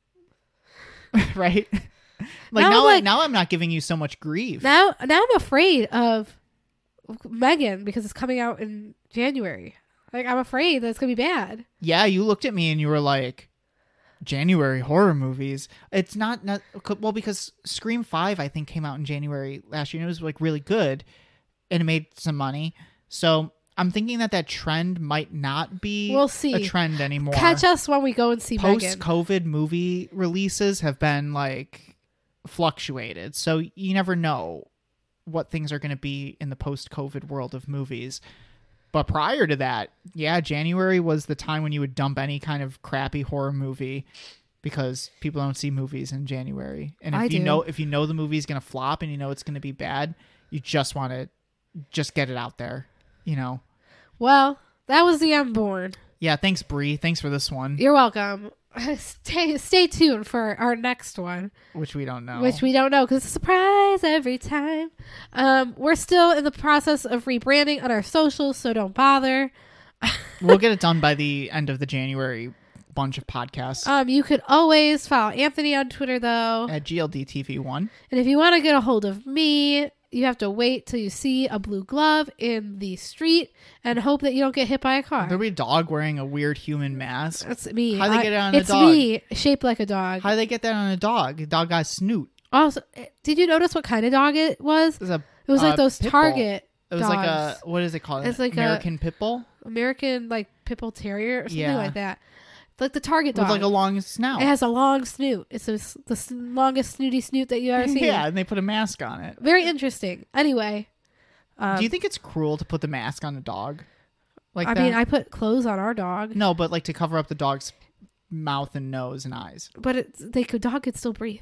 Speaker 1: right? like
Speaker 2: Now
Speaker 1: now,
Speaker 2: I'm
Speaker 1: I-
Speaker 2: like-
Speaker 1: now I'm not giving you so much grief.
Speaker 2: Now now I'm afraid of Megan because it's coming out in January. Like I'm afraid that it's going to be bad.
Speaker 1: yeah, you looked at me and you were like, January horror movies. It's not, not well because Scream Five I think came out in January last year and it was like really good, and it made some money. So I'm thinking that that trend might not be
Speaker 2: We'll see.
Speaker 1: a trend anymore.
Speaker 2: Catch us when we go and see
Speaker 1: post
Speaker 2: Megan.
Speaker 1: COVID movie releases have been like fluctuated. So you never know what things are going to be in the post COVID world of movies. But prior to that, yeah, January was the time when you would dump any kind of crappy horror movie because people don't see movies in January. And if
Speaker 2: I
Speaker 1: you
Speaker 2: do.
Speaker 1: know if you know the movie's going to flop and you know it's going to be bad, you just want to just get it out there, you know.
Speaker 2: Well, that was the Unborn.
Speaker 1: Yeah, thanks Bree. Thanks for this one,
Speaker 2: You're welcome. Stay stay tuned for our next one,
Speaker 1: which we don't know.
Speaker 2: which we don't know because it's a surprise every time. Um, we're still in the process of rebranding on our socials, so don't bother.
Speaker 1: we'll get it done by the end of the January bunch of podcasts
Speaker 2: Um, you could always follow Anthony on Twitter though,
Speaker 1: at GLDTV1.
Speaker 2: and if you want to get a hold of me, you have to wait till you see a blue glove in the street and hope that you don't get hit by a
Speaker 1: There'll
Speaker 2: car.
Speaker 1: be a dog wearing a weird human mask.
Speaker 2: That's me.
Speaker 1: How'd they
Speaker 2: I-
Speaker 1: get it on a
Speaker 2: it's
Speaker 1: dog?
Speaker 2: me, shaped like a dog.
Speaker 1: How do they get that on a dog? The dog got a snoot.
Speaker 2: Also, did you notice what kind of dog it was?
Speaker 1: It was, a,
Speaker 2: It was
Speaker 1: Uh,
Speaker 2: like those
Speaker 1: pit bull.
Speaker 2: Target
Speaker 1: it was like a
Speaker 2: Dogs.
Speaker 1: what is it called?
Speaker 2: It's like a-
Speaker 1: American pit bull
Speaker 2: American like pit bull terrier or something
Speaker 1: Yeah.
Speaker 2: like that. Like the target
Speaker 1: with
Speaker 2: dog.
Speaker 1: like a long snout.
Speaker 2: it has a long snoot. It's the s- the s- longest snooty snoot that you ever seen.
Speaker 1: yeah, and they put a mask on it.
Speaker 2: Very interesting. Anyway, um,
Speaker 1: Do you think it's cruel to put the mask on a dog? Like
Speaker 2: I
Speaker 1: that?
Speaker 2: mean, I put clothes on our dog,
Speaker 1: no, but like to cover up the dog's mouth and nose and eyes.
Speaker 2: but it's, they could dog could still breathe.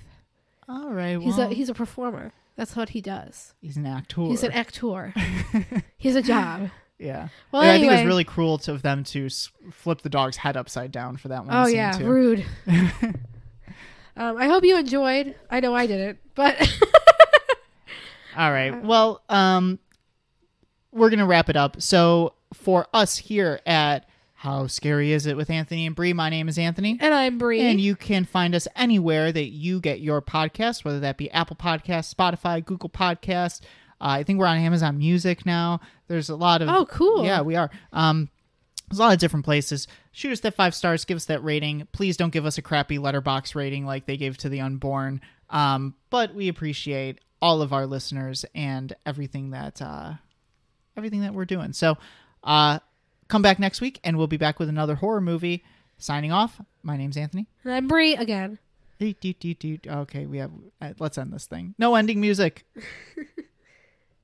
Speaker 1: All right, well,
Speaker 2: He's a he's a performer. That's what he does.
Speaker 1: he's an actor.
Speaker 2: He's an actor. he's a job.
Speaker 1: yeah.
Speaker 2: Well,
Speaker 1: Yeah,
Speaker 2: anyway.
Speaker 1: I think it was really cruel to, of them to s- flip the dog's head upside down for that one.
Speaker 2: Oh
Speaker 1: scene,
Speaker 2: yeah,
Speaker 1: too.
Speaker 2: rude. um, I hope you enjoyed. I know I didn't, but
Speaker 1: All right. Well, um, we're gonna wrap it up. So for us here at How Scary Is It with Anthony and Bree, my name is Anthony.
Speaker 2: and I'm Bree.
Speaker 1: And you can find us anywhere that you get your podcast, whether that be Apple Podcasts, Spotify, Google Podcasts. Uh, I think we're on Amazon Music now. There's a lot of
Speaker 2: oh, cool.
Speaker 1: yeah, we are. Um, there's a lot of different places. Shoot us that five stars. Give us that rating. Please don't give us a crappy letterbox rating like they gave to the unborn. Um, but we appreciate all of our listeners and everything that uh, everything that we're doing. So, uh, come back next week, and we'll be back with another horror movie. Signing off. My name's Anthony.
Speaker 2: And I'm Bree again.
Speaker 1: Doot, doot, doot, doot. Okay, we have. uh, Let's end this thing. No ending music.